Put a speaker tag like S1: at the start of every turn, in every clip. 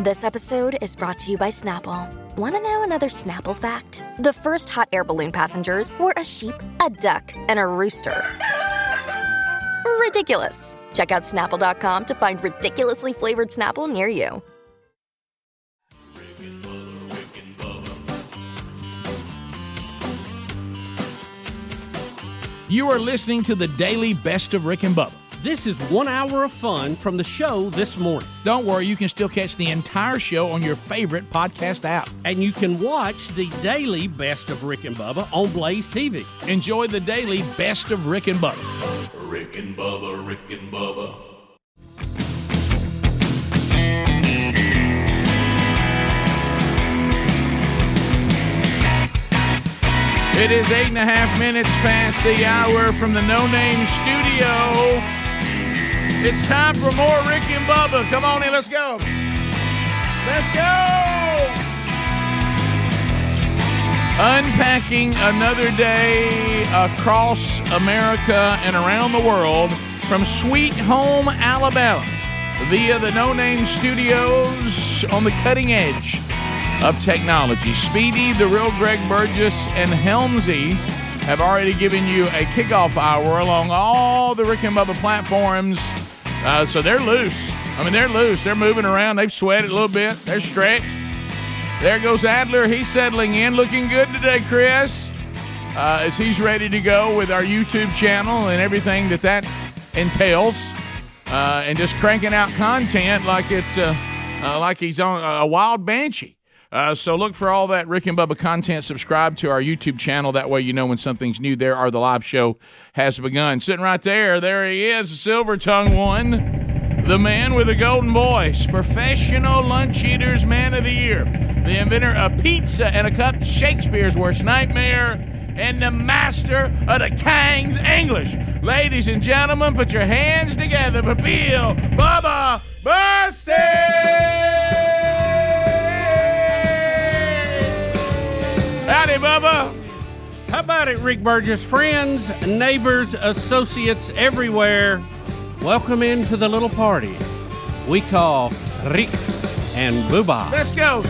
S1: This episode is brought to you by Snapple. Want to know another Snapple fact? The first hot air balloon passengers were a sheep, a duck, and a rooster. Ridiculous. Check out snapple.com to find ridiculously flavored Snapple near you.
S2: You are listening to the daily best of Rick and Bubba.
S3: This is one hour of fun from the show this morning.
S2: Don't worry, you can still catch the entire show on your favorite podcast app.
S3: And you can watch the daily Best of Rick and Bubba on Blaze TV.
S2: Enjoy the daily best of Rick and Bubba.
S4: Rick and Bubba, Rick and Bubba.
S2: It is eight and a half minutes past the hour from the No Name Studio. It's time for more Rick and Bubba. Come on in, let's go. Let's go. Unpacking another day across America and around the world from Sweet Home, Alabama, via the No Name Studios on the cutting edge of technology. Speedy, the real Greg Burgess, and Helmsy have already given you a kickoff hour along all the Rick and Bubba platforms. Uh, so they're loose. I mean, they're loose. They're moving around. They've sweated a little bit. They're stretched. There goes Adler. He's settling in, looking good today, Chris, uh, as he's ready to go with our YouTube channel and everything that that entails, uh, and just cranking out content like it's uh, uh, like he's on a wild banshee. Uh, so look for all that Rick and Bubba content. Subscribe to our YouTube channel. That way you know when something's new. There or the live show has begun. Sitting right there, there he is, the silver tongue one. The man with a golden voice, professional lunch eaters man of the year, the inventor of pizza and a cup, Shakespeare's worst nightmare, and the master of the Kang's English. Ladies and gentlemen, put your hands together for Bill Bubba Bussey! Howdy, Bubba.
S3: How about it, Rick Burgess? Friends, neighbors, associates everywhere, welcome into the little party we call Rick and Bubba.
S2: Let's go.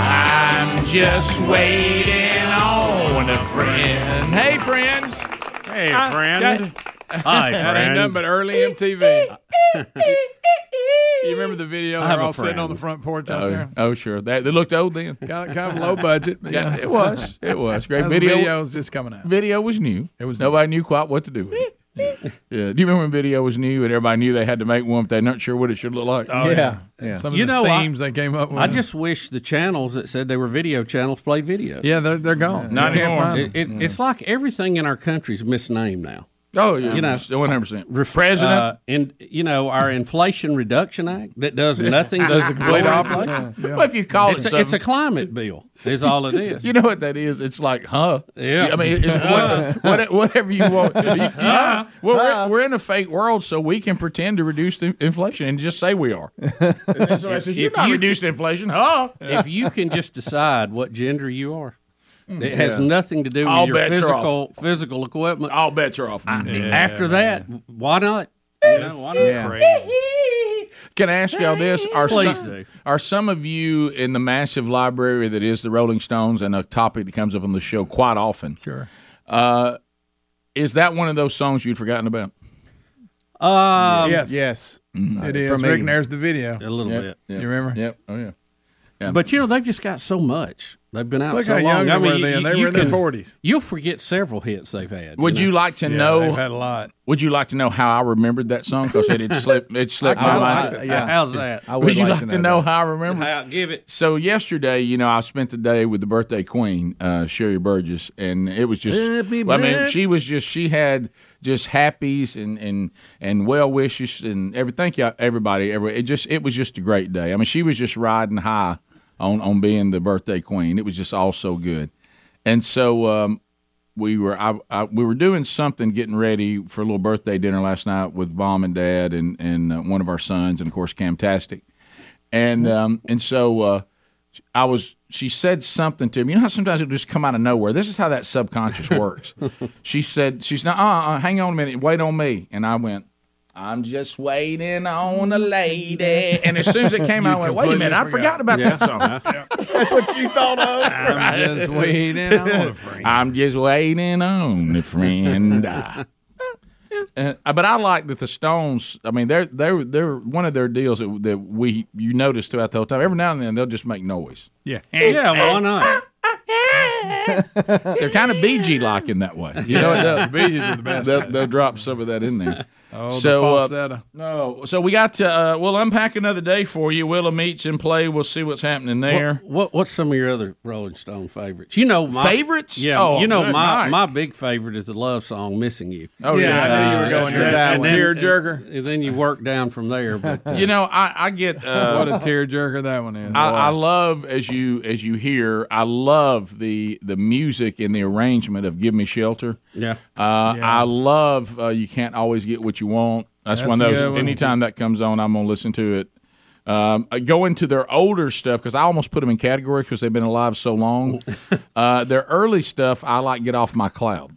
S2: I'm just waiting on a friend. Hey, friends.
S3: Hey,
S5: Uh,
S2: I-
S3: friend. Hi,
S2: Uh, That ain't nothing but early MTV. you remember the video?
S3: have
S2: They're
S3: a
S2: all sitting on
S3: friend.
S2: the front porch out there. Oh, sure. They, they looked old then.
S5: kind of, kind of low budget. but
S2: Yeah,
S5: yeah.
S2: it was. It was great
S5: That's the
S2: video.
S5: video was just coming out.
S2: Video was new. It was nobody knew quite what to do with it. yeah. Do you remember when video was new and everybody knew they had to make one, but they're not sure what it should look like?
S5: Oh, yeah. Some of
S3: You
S5: the
S3: know, I-
S5: themes they came up with.
S3: I just wish the channels that said they were video channels played video.
S5: yeah, they're they're gone.
S2: Not
S5: You can't
S2: anymore.
S5: find them.
S3: It, it, It's like everything in our country's misnamed now.
S2: Oh, yeah.
S3: You know,
S2: one hundred percent.
S3: Ref-
S2: President.
S3: uh, and you know our Inflation Reduction Act that does nothing. does
S5: the complete opposite. Yeah.
S2: Well, if you call
S3: It's
S2: it
S3: a,
S2: something,
S3: it's a climate bill. Is all it is.
S2: you know what that is? It's like, huh?
S3: Yeah.
S2: I mean, it's what, what, whatever you want. You- you- Well, we're, we're in a fake world, so we can pretend to reduce the inflation and just say we are. And somebody says, "You're
S3: if
S2: not
S3: you-
S2: reduced inflation, huh?"
S3: if you can just decide what gender you are, it has nothing to do with
S2: Mm. All
S3: your
S2: bets are off.
S3: physical physical equipment.
S2: All bets are off.
S3: After that, why not? You know, why not?
S2: Can I ask y'all this? Are
S3: Please
S2: some,
S3: do.
S2: Are some of you in the massive library that is the Rolling Stones and a topic that comes up on the show quite often?
S5: Sure.
S2: Uh, is that one of those songs you'd forgotten about?
S3: Um,
S5: yes.
S6: Yes.
S3: Mm.
S5: It is.
S6: For me.
S5: Rick, and there's the video.
S3: a little
S2: Yep.
S3: bit.
S2: Yep.
S5: You remember?
S2: Yep. Oh yeah.
S3: But you know, they've just got so much. They've been out
S5: Look
S3: so
S5: how
S3: long.
S5: young they
S3: I mean,
S5: were
S3: you-
S5: then. They
S3: you
S5: were in their
S3: can-
S5: 40s.
S3: You'll forget several hits they've had.
S2: Would you like to
S5: Yeah,
S2: know?
S5: they've had a lot.
S2: would you like to know how I remembered that song? Because it had slipped. It slipped my
S6: I-
S2: mind.
S6: I-
S3: know?
S6: yeah.
S3: How's that?
S6: I
S2: would you like, to know, how I remember?
S3: How- give it.
S2: So yesterday, you know, I spent the day with the birthday queen, uh, Sherry Burgess, and it was just.
S6: Happy
S2: well, I mean,
S6: birth-
S2: she was just. She had just happies and and and well wishes and everything. Thank you, everybody. Every it just it was just a great day. I mean, she was just riding high on on being the birthday queen. It was just all so good, and so. Um, we were I, I, we were doing something, getting ready for a little birthday dinner last night with mom and dad and and uh, one of our sons, and of course Camtastic and um, and so uh, I was she said something to me. You know how sometimes it'll just come out of nowhere. This is how that subconscious works. she said she's not. Uh, uh, hang on a minute. Wait on me. And I went. I'm just waiting on a lady. And as soon as it came out, I went, wait a
S5: completely
S2: minute, I forgot
S5: forgot.
S2: about that song.
S5: I'm just waiting on a friend.
S2: I'm just waiting on a friend. Uh, but I like that the Stones. I mean, they're they're they're one of their deals that, that we you notice throughout the whole time. Every now and then they'll just make noise.
S5: Yeah.
S3: Yeah, why not?
S2: They're kind of BG like in that way. You know, they'll,
S5: Beaches are the best.
S2: they'll, they'll drop some of that in there.
S5: oh,
S2: so, uh,
S5: the falsetto.
S2: No, so we got to. Uh, we'll unpack another day for you. Willa meets in play. We'll see what's happening there.
S3: What What's some of your other Rolling Stone favorites? You know my
S2: Favorites?
S3: Yeah,
S2: Oh,
S3: you know
S2: good
S3: my
S2: night.
S3: my big favorite is the love song "Missing You."
S2: Oh
S5: yeah, I knew you were going to
S3: sure.
S5: that
S3: And
S5: one.
S3: then-
S5: Tear jerker.
S3: And then you work down from there. But uh,
S2: You know, I, I get uh,
S5: What a tear jerker that one is.
S2: I, I love as you as you hear. I love the the music and the arrangement of "Give Me Shelter."
S3: yeah,
S2: Uh, I love uh, "You Can't Always Get What You Want." That's,
S5: That's
S2: one
S5: a
S2: of
S5: good
S2: those.
S5: one.
S2: Anytime that comes on, I'm gonna listen to it. Um, I go into their older stuff because I almost put them in categories because they've been alive so long. uh, their early stuff, I like "Get Off My Cloud."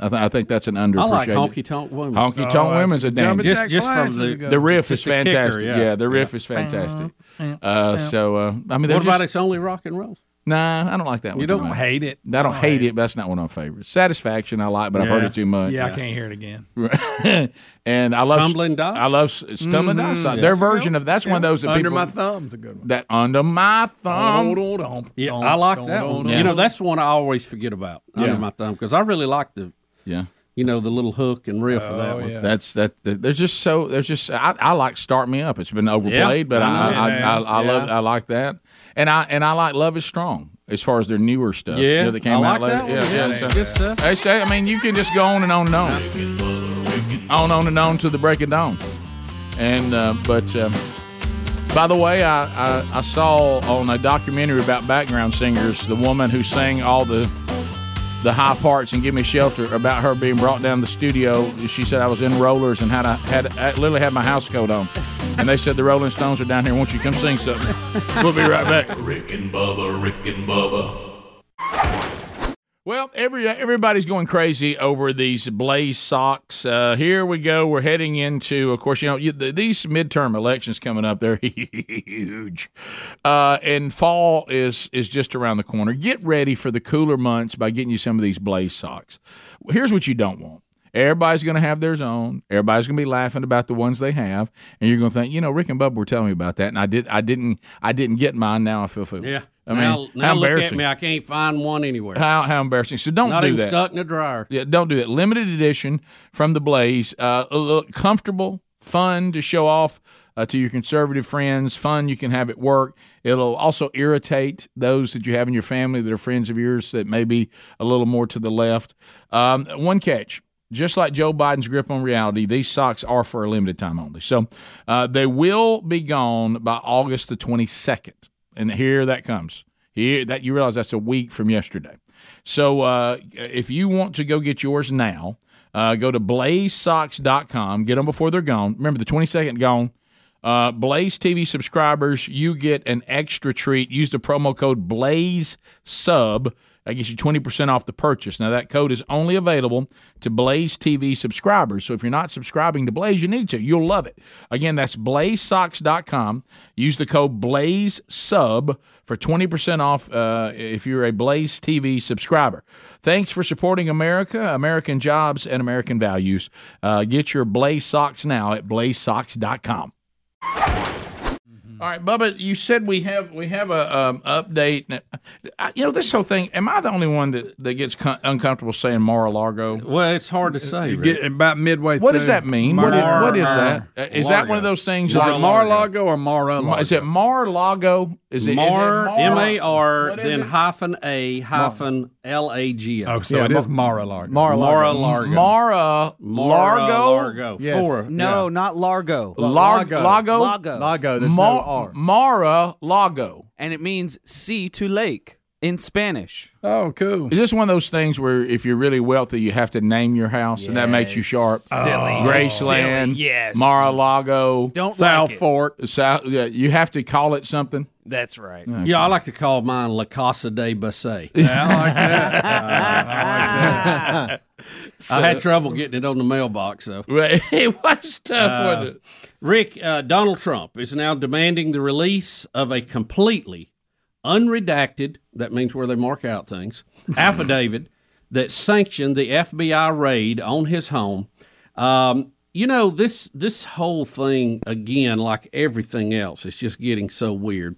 S2: I, th- I think that's an underappreciated.
S3: I like honky tonk women.
S2: Honky Tonk
S3: Oh,
S5: that's-
S2: Women's a damn
S5: Jumpin'
S3: Just-
S5: Jack
S3: just from
S5: Flash is
S3: the-
S5: a good
S2: the
S5: one.
S2: riff is
S3: Just a kicker,
S2: fantastic.
S3: yeah.
S2: yeah. the riff is fantastic. Uh, so uh, I mean, they're
S3: What about
S2: just-
S3: it's only rock and roll?
S2: Nah, I don't like that one.
S3: You
S2: too
S3: don't
S2: much.
S5: Hate it.
S2: I don't hate it, but that's not one of my favorites. Satisfaction, I like, but I've heard
S3: Yeah.
S2: it too much.
S5: Yeah, I can't hear it again.
S2: and I love
S3: Tumbling Dice?
S2: I love stumbling dice. Their version of that's one of those that
S5: Under
S2: people-
S5: my thumb's a good one.
S2: that under my thumb.
S5: Old, old, old,
S3: Yeah,
S5: old,
S3: I like
S5: old,
S3: that
S5: old,
S3: one.
S5: old.
S3: You know, that's the one I always forget about
S2: Yeah.
S3: under my thumb because I really like the
S2: Yeah,
S3: you know the little hook and riff of that one.
S5: Oh, yeah.
S2: that's that. that- There's just so there's just I, I like start me up. It's been overplayed, but I
S3: I
S5: know
S2: I, I,
S5: it
S2: I,
S5: has,
S2: I love
S5: yeah.
S2: I like that, and I and I like Love Is Strong as far as their newer stuff.
S3: Yeah,
S2: you know, that came
S3: I
S2: out
S3: like
S2: later.
S3: that one.
S2: Yeah, yeah,
S3: Yeah,
S2: so-
S3: good stuff.
S2: They say, I mean, you can just go on and on and on, on on and on to the break of dawn. And uh, but um, by the way, I, I I saw on a documentary about background singers the woman who sang all the the high parts and give me shelter about her being brought down to the studio. She said I was in rollers and had I had I literally had my house coat on, and they said the Rolling Stones are down here. Won't you come sing something? We'll be right back.
S4: Rick and Bubba, Rick and Bubba,
S2: Well, every everybody's going crazy over these blaze socks. Uh, here we go. We're heading into, of course, you know, you, th- these midterm elections coming up. They're huge, uh, and fall is is just around the corner. Get ready for the cooler months by getting you some of these blaze socks. Here's what you don't want. Everybody's going to have theirs own. Everybody's going to be laughing about the ones they have, and you're going to think, you know, Rick and Bub were telling me about that, and I did, I didn't, I didn't get mine. Now I feel foolish.
S3: Yeah.
S2: I mean,
S3: now, now
S2: how
S3: look at
S2: embarrassing.
S3: me. I can't find one anywhere.
S2: How, how embarrassing! So don't
S3: Not
S2: do
S3: even
S2: that.
S3: stuck in the dryer.
S2: Yeah, don't do that. Limited edition from the Blaze. Uh, look comfortable, fun to show off uh, to your conservative friends. Fun you can have at work. It'll also irritate those that you have in your family that are friends of yours that may be a little more to the left. Um, one catch. Just like Joe Biden's grip on reality, these socks are for a limited time only. So uh, they will be gone by August the 22nd. And here that comes. Here that you realize that's a week from yesterday. So uh, if you want to go get yours now, uh, go to blazesocks.com. Get them before they're gone. Remember, the 22nd gone. Uh, Blaze TV subscribers, you get an extra treat. Use the promo code Blaze Sub. That gets you 20% off the purchase. Now, that code is only available to Blaze TV subscribers. So if you're not subscribing to Blaze, you need to. You'll love it. Again, that's blazesocks.com. Use the code Blaze Sub for 20% off uh, if you're a Blaze TV subscriber. Thanks for supporting America, American jobs, and American values. Uh, get your Blaze Socks now at blazesocks.com. Mm-hmm. All right, Bubba, you said we have we have a um, update. I, you know this whole thing. Am I the only one that that gets con- uncomfortable saying Mar-a-Lago?
S3: Well, it's hard to say.
S5: You
S3: Rick.
S5: get about midway through.
S2: What does that mean? What is,
S5: Mar-
S2: what is that?
S5: Mar-
S2: Uh, Is that one of those things?
S5: Is it Mar-a-Lago or
S2: Mar-
S5: Mar-a-Lago?
S2: Is it Mar-a-Lago? Is it is it
S3: Mar M A R
S2: What is
S3: then
S2: it?
S3: hyphen A hyphen L A G O.
S5: Oh, so it is Mar-a-Lago.
S3: Mara Largo.
S2: Mara Largo
S3: Largo.
S6: Yes.
S3: Four.
S6: No, not Largo.
S2: Lar- Lago
S6: Lago.
S7: Lago. There's no
S2: Mar-
S7: R.
S2: Mara Lago.
S6: And it means sea to lake. in Spanish.
S5: Oh, cool.
S2: Is this one of those things where if you're really wealthy, you have to name your house and that makes you sharp? Uh,
S7: Silly.
S2: Graceland,
S7: Silly, yes.
S2: Mar-a-Lago,
S7: Don't
S5: South
S7: like it.
S5: Fork.
S2: South, yeah, you have to call it something.
S7: That's right.
S3: Yeah, I like to call mine La Casa de Basset.
S5: Yeah, I like that.
S3: I had trouble getting it on the mailbox, though. Uh,
S2: it was tough, wasn't it?
S3: Rick, uh, Donald Trump is now demanding the release of a completely unredacted, that means where they mark out things, affidavit that sanctioned the FBI raid on his home. Um, you know, this, this whole thing, again, like everything else, it's just getting so weird.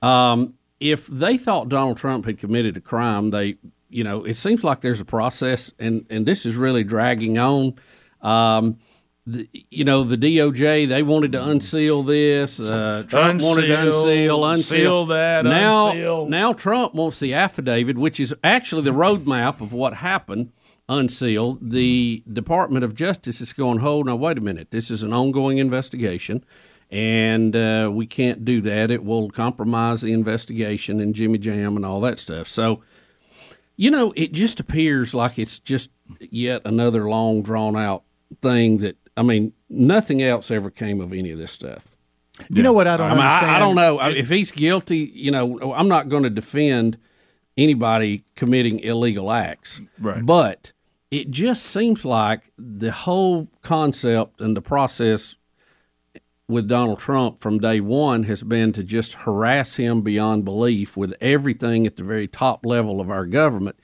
S3: Um, if they thought Donald Trump had committed a crime, they, you know, it seems like there's a process, and, and this is really dragging on. Um, the, you know, the DOJ, they wanted to unseal this. Uh, Trump wanted to
S2: Unseal,
S3: unseal, unseal
S2: seal that,
S3: Now,
S2: unseal.
S3: now Trump wants the affidavit, which is actually the roadmap of what happened. Unsealed, the Department of Justice is going, hold now, wait a minute. This is an ongoing investigation, and uh, we can't do that. It will compromise the investigation and Jimmy Jam and all that stuff. So, you know, it just appears like it's just yet another long drawn out thing that, I mean, nothing else ever came of any of this stuff.
S8: You know what I don't
S3: I mean,
S8: understand?
S3: I, I don't know I- if he's guilty. You know, I'm not going to defend anybody committing illegal acts. Right. But it just seems like the whole concept and the process with Donald Trump from day one has been to just harass him beyond belief with everything at the very top level of our government.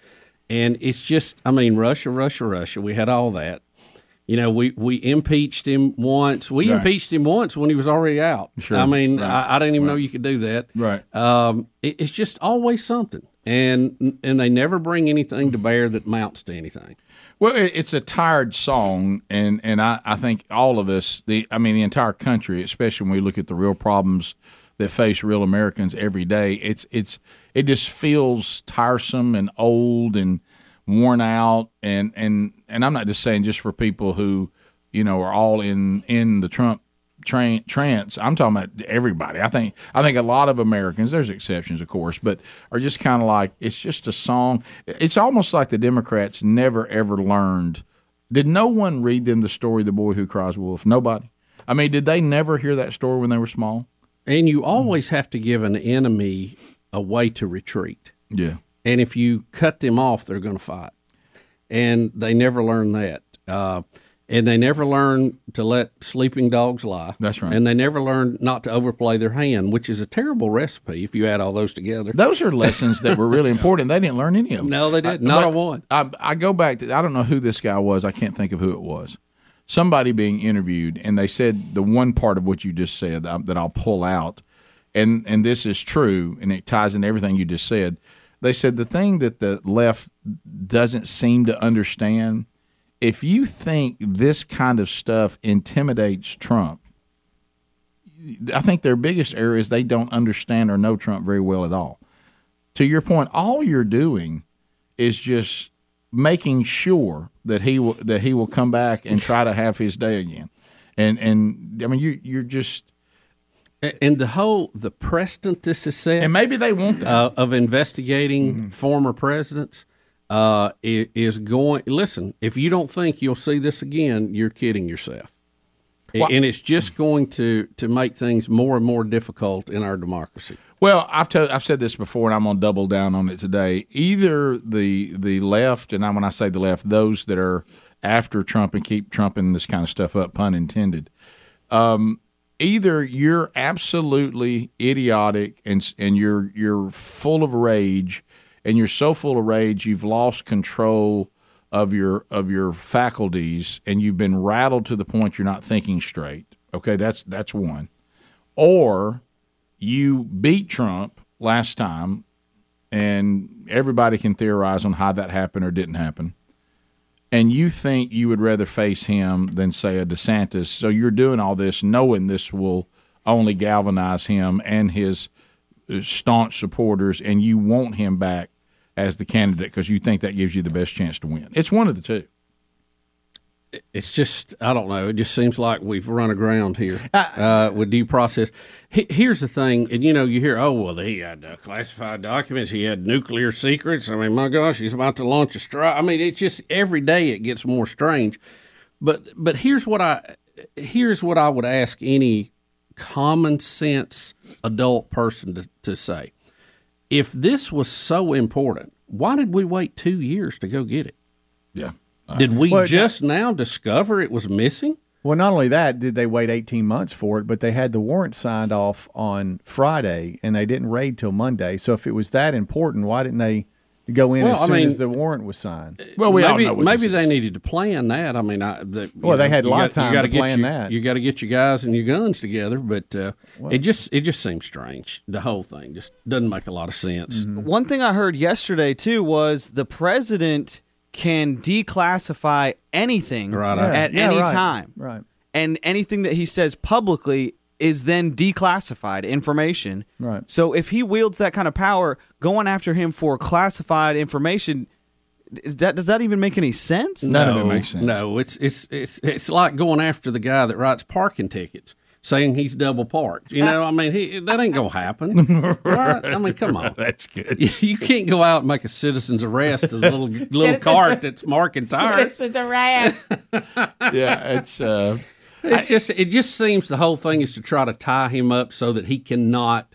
S3: And it's just, I mean, Russia, Russia, Russia. We had all that. You know, we, we impeached him once. We impeached him once when he was already out. Sure. I mean, I, I didn't even know you could do that.
S5: Right.
S3: Um, it, it's just always something, and and they never bring anything to bear that mounts to anything.
S2: Well, it, it's a tired song, and and I, I think all of us, the I mean the entire country, especially when we look at the real problems that face real Americans every day, it's it's it just feels tiresome and old and worn out, and and and I'm not just saying just for people who you know are all in in the Trump train trance. I'm talking about everybody. I think I think a lot of Americans, there's exceptions of course, but are just kind of like it's just a song. It's almost like the Democrats never ever learned. Did no one read them the story of the boy who cries wolf? Nobody. I mean, did they never hear that story when they were small?
S3: And you always have to give an enemy a way to retreat,
S2: Yeah.
S3: and if you cut them off, they're going to fight, and they never learn that. Uh, and they never learn to let sleeping dogs lie.
S2: That's right.
S3: And they never learn not to overplay their hand, which is a terrible recipe if you add all those together.
S2: Those are lessons that were really important. They didn't learn any of them.
S3: No, they didn't. Not a one.
S2: I, I go back to I don't know who this guy was. I can't think of who it was. Somebody being interviewed, and they said the one part of what you just said um, that I'll pull out, and and this is true, and it ties into everything you just said. They said the thing that the left doesn't seem to understand. If you think this kind of stuff intimidates Trump, I think their biggest error is they don't understand or know Trump very well at all. To your point, all you're doing is just making sure that he will that he will come back and try to have his day again. And and I mean you you're just
S3: A- And the whole the precedent this is set.
S2: and maybe they won't. that. Mm-hmm.
S3: uh, of investigating former presidents uh, i- is going. Listen, if you don't think you'll see this again, you're kidding yourself. A-
S2: Well-
S3: and it's just going to to make things more and more difficult in our democracy.
S2: Well, I've told, I've said this before, and I'm gonna double down on it today. Either the the left, and I- when I say the left, those that are after Trump and keep trumping this kind of stuff up, pun intended. Um, either you're absolutely idiotic and s- and you're you're full of rage, and you're so full of rage you've lost control of your of your faculties, and you've been rattled to the point you're not thinking straight. Okay, that's that's one. Or you beat Trump last time, and everybody can theorize on how that happened or didn't happen. And you think you would rather face him than say a DeSantis, so you're doing all this knowing this will only galvanize him and his uh, staunch supporters, and you want him back as the candidate because you think that gives you the best chance to win. It's one of the two.
S3: it's just I don't know. It just seems like we've run aground here uh, with due process. He, here's the thing, and you know, you hear, oh well, he had uh, classified documents, he had nuclear secrets. I mean, my gosh, he's about to launch a strike. I mean, it's just every day it gets more strange. But but here's what I here's what I would ask any common sense adult person to, to say: If this was so important, why did we wait two years to go get it?
S2: Yeah.
S3: Did we
S6: Well,
S3: just now discover it was missing?
S6: Well, not only that, did they wait 18 months for it, but they had the warrant signed off on Friday and they didn't raid till Monday. So if it was that important, why didn't they go in
S3: Well,
S6: as
S3: I
S6: soon
S3: mean-
S6: as the warrant was signed?
S2: Well, we
S3: maybe,
S2: all know what
S3: maybe
S2: this
S3: they
S2: is.
S3: needed to plan that. I mean, I, the,
S6: Well, they had a lot of time
S3: gotta
S6: to
S3: get
S6: plan
S3: your-
S6: that.
S3: You got to get your guys and your guns together, but uh, it just it just seems strange. The whole thing just doesn't make a lot of sense.
S7: One thing I heard yesterday too was the president can declassify anything
S3: Right, I-
S7: at
S6: Yeah,
S7: any
S6: right,
S7: time.
S6: Right.
S7: And anything that he says publicly is then declassified information.
S6: Right.
S7: So if he wields that kind of power, going after him for classified information is that does that even make any sense?
S5: None of it makes sense.
S3: No, it's it's it's it's like going after the guy that writes parking tickets, saying he's double parked. You know, I mean, he, that ain't gonna happen. right? I mean, come on.
S2: That's good.
S3: You can't go out and make a citizen's arrest of the little little cart that's marking tires.
S8: This is a wrap.
S2: yeah, it's uh,
S3: It's just it just seems the whole thing is to try to tie him up so that he cannot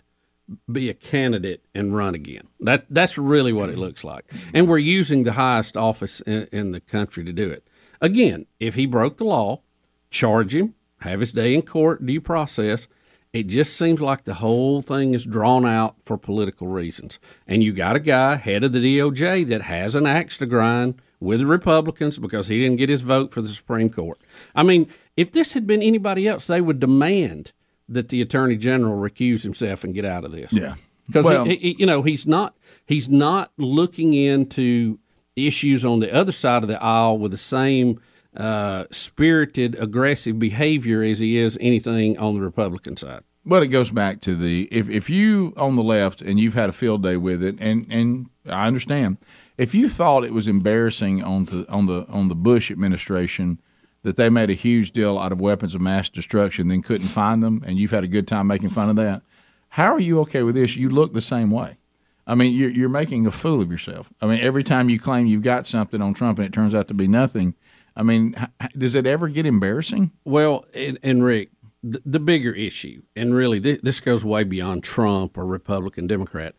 S3: be a candidate and run again. That that's really what it looks like. And we're using the highest office in, in the country to do it. Again, if he broke the law, charge him, have his day in court, due process. It just seems like the whole thing is drawn out for political reasons. And you got a guy, head of the DOJ, that has an axe to grind with the Republicans because he didn't get his vote for the Supreme Court. I mean, if this had been anybody else, they would demand that the Attorney General recuse himself and get out of this.
S5: Yeah.
S3: Because
S5: Well-
S3: he, he- you know he's not he's not looking into issues on the other side of the aisle with the same uh, spirited aggressive behavior as he is anything on the Republican side.
S2: But it goes back to the if if you on the left and you've had a field day with it, and and I understand if you thought it was embarrassing on the on the on the Bush administration that they made a huge deal out of weapons of mass destruction, then couldn't find them, and you've had a good time making fun of that. How are you okay with this? You look the same way. I mean, you're, you're making a fool of yourself. I mean, every time you claim you've got something on Trump and it turns out to be nothing, I mean, h- h- does it ever get embarrassing?
S3: Well, and, and Rick, the, the bigger issue, and really th- this goes way beyond Trump or Republican, Democrat.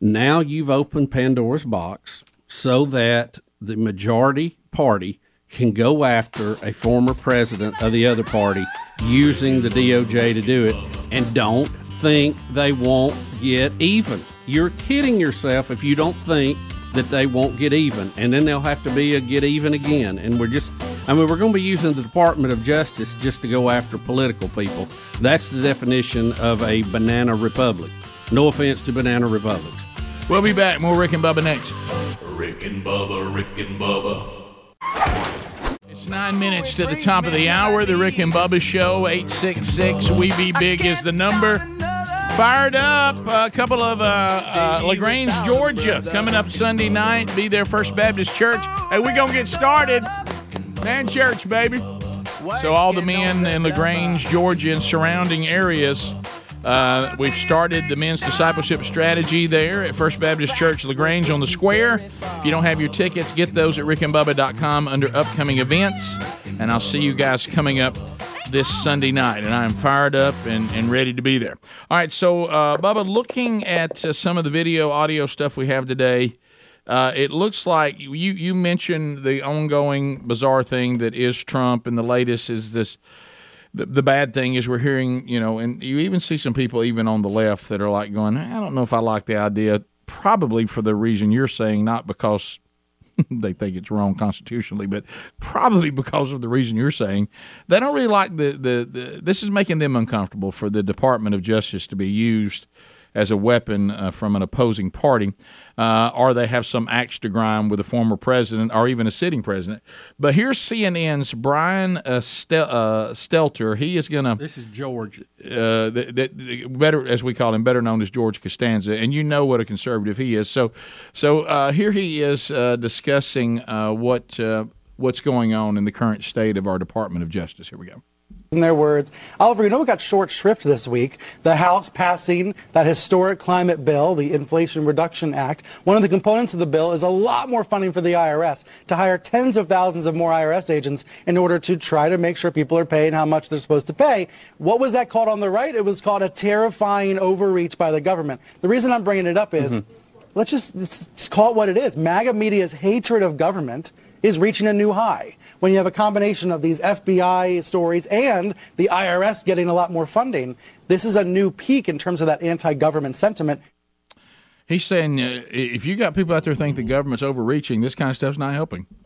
S3: Now you've opened Pandora's box so that the majority party can go after a former president of the other party using the DOJ to do it, and don't think they won't get even. You're kidding yourself if you don't think that they won't get even, and then they'll have to be a get even again. And we're just, I mean, we're going to be using the Department of Justice just to go after political people. That's the definition of a banana republic. No offense to banana republics.
S2: We'll be back. More Rick and Bubba next.
S4: Rick and Bubba, Rick and Bubba,
S2: It's nine minutes to the top of the hour. The Rick and Bubba Show, 866 We Be Big is the number. Fired up a couple of uh, uh, LaGrange, Georgia, coming up Sunday night. Be there, First Baptist Church. Hey, we're going to get started. Man, church, baby. So, all the men in LaGrange, Georgia, and surrounding areas. Uh, we've started the men's discipleship strategy there at First Baptist Church LaGrange on the square. If you don't have your tickets, get those at rickandbubba.com under upcoming events. And I'll see you guys coming up this Sunday night. And I'm fired up and, and ready to be there. All right, so, uh, Bubba, looking at uh, some of the video, audio stuff we have today, uh, it looks like you you mentioned the ongoing bizarre thing that is Trump, and the latest is this. The, the bad thing is we're hearing, you know, and you even see some people even on the left that are like going, I don't know if I like the idea. Probably for the reason you're saying, not because they think it's wrong constitutionally, but probably because of the reason you're saying, they don't really like the, the, the this is making them uncomfortable for the Department of Justice to be used as a weapon uh, from an opposing party, uh, or they have some axe to grind with a former president or even a sitting president. But here's CNN's Brian uh, Stel- uh, Stelter. He is going to
S3: This is Georgia.
S2: uh, th th th- better as we call him, better known as George Costanza, and you know what a conservative he is. So, so uh, here he is uh, discussing uh, what uh, what's going on in the current state of our Department of Justice. Here we go.
S8: in their words. Oliver, you know what got short shrift this week? The House passing that historic climate bill, the Inflation Reduction Act. One of the components of the bill is a lot more funding for the IRS to hire tens of thousands of more IRS agents in order to try to make sure people are paying how much they're supposed to pay. What was that called on the right? It was called a terrifying overreach by the government. The reason I'm bringing it up is let's just, let's just call it what it is. MAGA media's hatred of government is reaching a new high. When you have a combination of these FBI stories and the IRS getting a lot more funding, this is a new peak in terms of that anti government sentiment.
S2: He's saying uh, if you got people out there think the government's overreaching, this kind of stuff's not helping.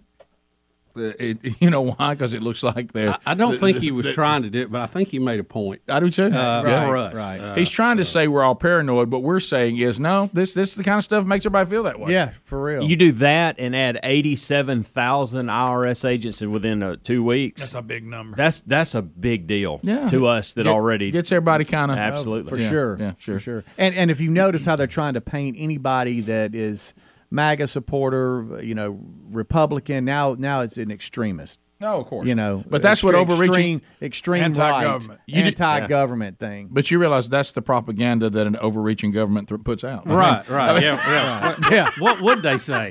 S2: Uh, it- you know why? Because it looks like they're.
S3: I, I don't
S2: the-
S3: think
S2: the-
S3: he was
S2: the-
S3: trying to do it, but I think he made a point.
S2: I do too.
S3: Uh,
S2: Yeah.
S3: for us.
S6: right.
S3: Uh,
S2: He's trying to say we're all paranoid. What we're saying is no. This this is the kind of stuff that makes everybody feel that way.
S6: Yeah, for real.
S9: You do that and add eighty-seven thousand IRS agents within uh, two weeks.
S5: That's a big number.
S9: That's that's a big deal
S2: Yeah.
S9: to us that
S2: Get-
S9: already.
S2: gets everybody kind of
S9: absolutely.
S6: for
S2: Yeah,
S6: sure.
S2: yeah, sure.
S6: for sure. And and if you notice how they're trying to paint anybody that is MAGA supporter, you know, Republican, now now it's an extremist.
S2: No, of course.
S6: You know,
S2: but that's what
S6: extreme-
S2: overreaching.
S6: extreme, extreme right,
S5: Anti-government.
S2: You did-
S6: anti-government thing.
S2: But you realize that's the propaganda that an overreaching government th- puts out. I
S3: Right,
S2: mean,
S3: right, yeah, yeah. What, yeah. What would they say?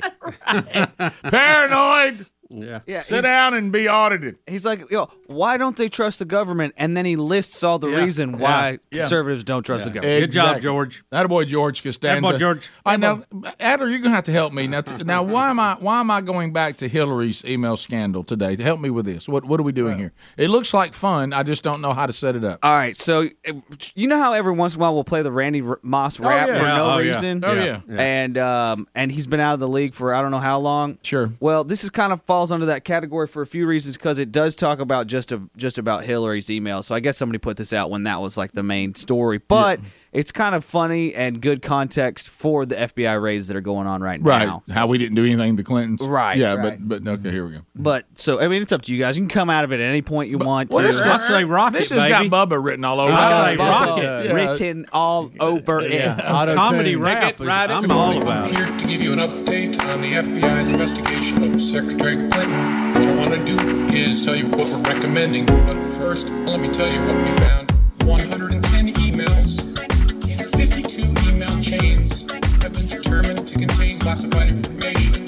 S2: Paranoid.
S3: Yeah.
S7: Yeah,
S2: Sit
S7: he's-
S2: down and be audited.
S7: He's like, yo, why don't they trust the government? And then he lists all the reason why conservatives don't trust the government.
S3: Good job,
S2: Exactly.
S3: George.
S2: That boy George Costanza.
S3: Attaboy, George.
S2: I know, Adler, you're gonna have to help me now. t- now, why am I why am I going back to Hillary's email scandal today? To help me with this, what what are we doing here? It looks like fun. I just don't know how to set it up.
S7: All right, so uh, you know how every once in a while we'll play the Randy R- Moss rap
S2: yeah.
S7: for
S2: Yeah,
S7: no
S3: oh, yeah.
S7: reason.
S2: Oh, yeah. Yeah.
S7: and um, and he's been out of the league for I don't know how long.
S2: Sure.
S7: Well, this is kind of falls under that category for a few reasons because it does talk about just a, just about Hillary's email. So I guess somebody put this out when that was like the main story, but it's kind of funny and good context for the FBI raids that are going on right,
S2: Right,
S7: now.
S2: how we didn't do anything to Clintons.
S7: Right,
S2: Yeah,
S7: right.
S2: but but okay, here we go.
S7: But so I mean, it's up to you guys. You can come out of it at any point you want to.
S3: this- I say rocket,
S2: This has
S3: baby.
S2: got Bubba written all over.
S3: I
S2: it.
S3: say
S7: Bubba
S3: rocket.
S2: Yeah.
S7: written all over it.
S6: Auto-tune.
S3: Comedy rap. Is,
S9: right
S3: I'm all about it.
S10: Here to give you an update on the FBI's investigation of Secretary Clinton. What I want to do is tell you what we're recommending, but first, let me tell you what we found 110 emails in 52 email chains have been determined to contain classified information.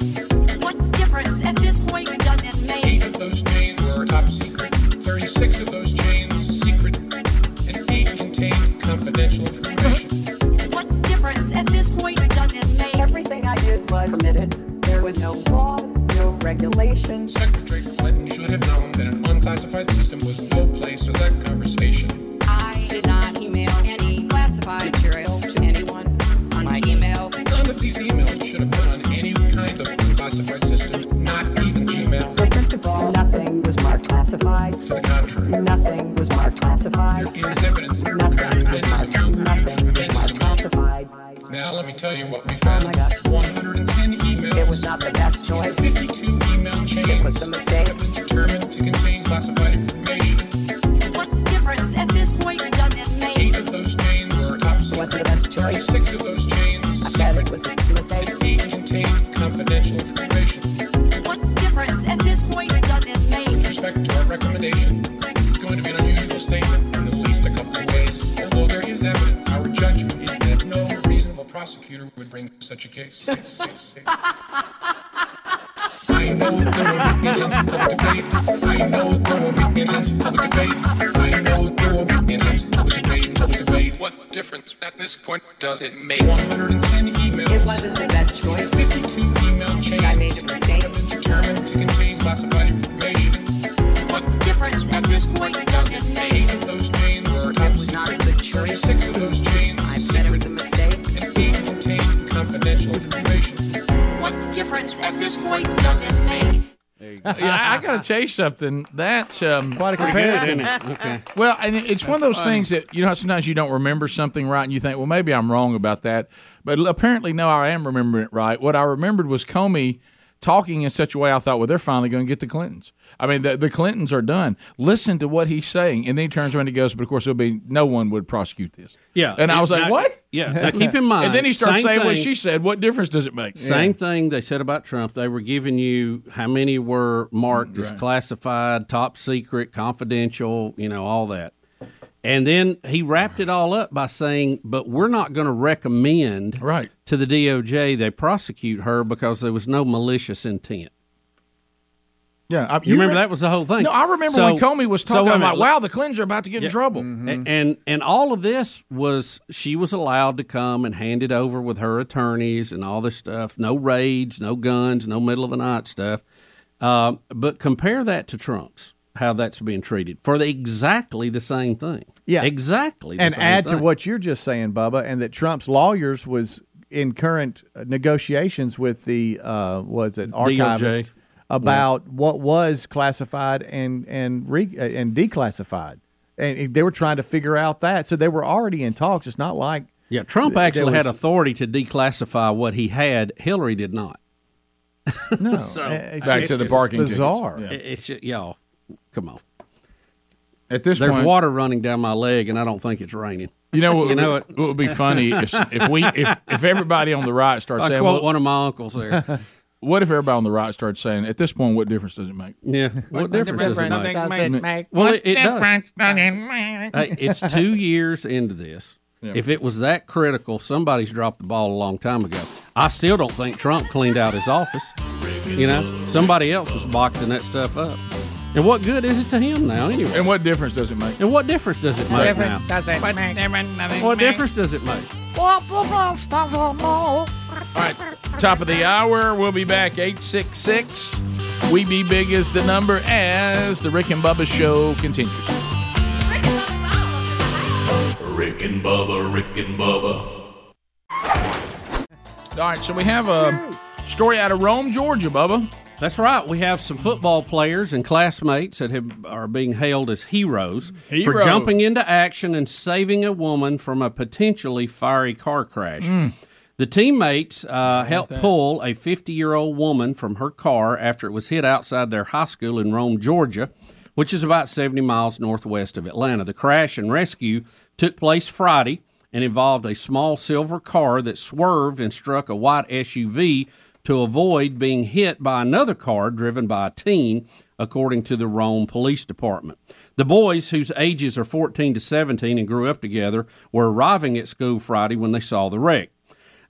S11: What difference at this point does it
S10: Eight
S11: make?
S10: of those chains are top secret, 36 of those chains secret, and eight contain confidential information.
S11: Hmm? What difference at this point does it make? Everything I did was permitted. There was no law, no regulations.
S10: Secretary Clinton should have known that an unclassified system was no place for that conversation.
S11: I did not email any classified material to anyone on my email.
S10: None of these emails should have been on any kind of unclassified system, not even Gmail.
S11: But first of all, nothing was marked classified.
S10: To the contrary,
S11: Nothing was marked classified.
S10: there is evidence,
S11: Nothing was
S10: tremendous
S11: marked,
S10: amount,
S11: nothing was
S10: tremendous
S11: marked
S10: amount.
S11: classified.
S10: Now let me tell you what we
S11: Oh my
S10: found.
S11: God.
S10: 110 emails.
S11: It was not the best choice.
S10: 52 email chains
S11: was a mistake.
S10: have been determined to contain classified information.
S11: What difference at this point does it
S10: Eight
S11: make?
S10: of those chains were top secret.
S11: Wasn't the best choice.
S10: 36 of those chains
S11: That
S10: secret.
S11: it was a mistake.
S10: Eight contain confidential information.
S11: What difference at this point does it
S10: With
S11: make?
S10: respect to our recommendation, this is going to be an unusual statement in at least a couple of ways. Although there is evidence, our judgment is that no reasonable prosecutor would bring such a case. I know there will be intense public debate. I know there will be intense public debate. I know there will be intense public debate. Public debate. What difference at this point does it make? 110 emails.
S11: It wasn't the best choice.
S10: 52 email chains.
S11: I made a mistake.
S10: Have been determined to contain classified information. What
S11: difference at this point does it
S10: eight
S11: make?
S10: of those chains were top
S11: was not a good choice.
S10: secret. Six of those chains
S11: I said it was a
S10: secret,
S11: mistake.
S10: and eight contained confidential information.
S11: What difference at this point does it make?
S2: Yeah, I, I gotta chase something. That's um,
S6: Quite a comparison.
S2: Well, and it- it's one of those things that you know. how Sometimes you don't remember something right, and you think, "Well, maybe I'm wrong about that." But l- apparently, no, I am remembering it right. What I remembered was Comey talking in such a way I thought, well, they're finally going to get the Clintons. I mean, the, the Clintons are done. Listen to what he's saying. And then he turns around and goes, but of course, there'll be no one would prosecute this.
S3: Yeah,
S2: And I was like,
S3: now-
S2: what?
S3: Yeah. Now keep in mind,
S2: And then he starts
S3: same
S2: saying what
S3: thing-
S2: she said. What difference does it make?
S3: Same thing they said about Trump. They were giving you how many were marked as
S2: Right.
S3: classified, top secret, confidential, you know, all that. And then he wrapped it all up by saying, but we're not going to recommend
S2: right.
S3: to the DOJ they prosecute her because there was no malicious intent.
S2: Yeah. I,
S3: You, remember that was the whole thing.
S2: No, I remember
S3: So-
S2: when Comey was
S3: so
S2: talking
S3: wait a
S2: about,
S3: minute,
S2: wow, the Clintons are about to get
S3: Yeah.
S2: in trouble.
S6: Mm-hmm.
S3: A- and and all of this was she was allowed to come and hand it over with her attorneys and all this stuff. No raids, no guns, no middle of the night stuff. Um, but compare that to Trump's, how that's being treated for the, exactly the same thing.
S6: Yeah.
S3: exactly. The
S6: and
S3: same
S6: add to
S3: thing.
S6: what you're just saying, Bubba, and that Trump's lawyers was in current uh, negotiations with the uh, was it archivist about what was classified and and re, uh, and declassified, and they were trying to figure out that. So they were already in talks. It's not like
S3: Yeah, Trump
S6: There
S3: actually had
S6: was-
S3: authority to declassify what he had. Hillary did not.
S7: Oh,
S6: no.
S3: So,
S6: uh, it's
S2: Back to
S6: just
S2: the parking tickets.
S6: bizarre.
S2: Yeah.
S3: It- It's just, y'all, come on.
S2: At this
S3: There's
S2: point,
S3: water running down my leg, and I don't think it's raining.
S2: You know what?
S3: You know
S2: would- what? would be funny if, if we if, if everybody on the right starts
S3: I
S2: saying
S3: quote
S2: well,
S3: one of my uncles there.
S2: What if everybody on the right starts saying at this point, what difference does it make?
S3: Yeah, what difference does it make? Well,
S2: Well,
S3: it, it does. Hey,
S2: Hey,
S3: it's two years into this.
S2: Yeah.
S3: If it was that critical, somebody's dropped the ball a long time ago. I still don't think Trump cleaned out his office. You know, somebody else was boxing that stuff up. And what good is it to him now, anyway?
S2: And what difference does it make?
S3: And what difference does it make now? What difference does it make?
S11: What difference does it make?
S2: Top of the hour. We'll be back. 866. We Be Big is the number as the Rick and Bubba show continues.
S4: Rick and Bubba, Rick and Bubba,
S2: All right, so we have a story out of Rome, Georgia, Bubba.
S3: That's right. We have some football players and classmates that have, are being hailed as heroes, for
S2: Heroes.
S3: jumping into action and saving a woman from a potentially fiery car crash.
S2: Mm.
S3: The teammates uh, helped pull a 50 year old woman from her car after it was hit outside their high school in Rome, Georgia, which is about 70 miles northwest of Atlanta. The crash and rescue took place Friday and involved a small silver car that swerved and struck a white SUV to avoid being hit by another car driven by a teen, according to the Rome Police Department. The boys, whose ages are 14 to 17 and grew up together, were arriving at school Friday when they saw the wreck.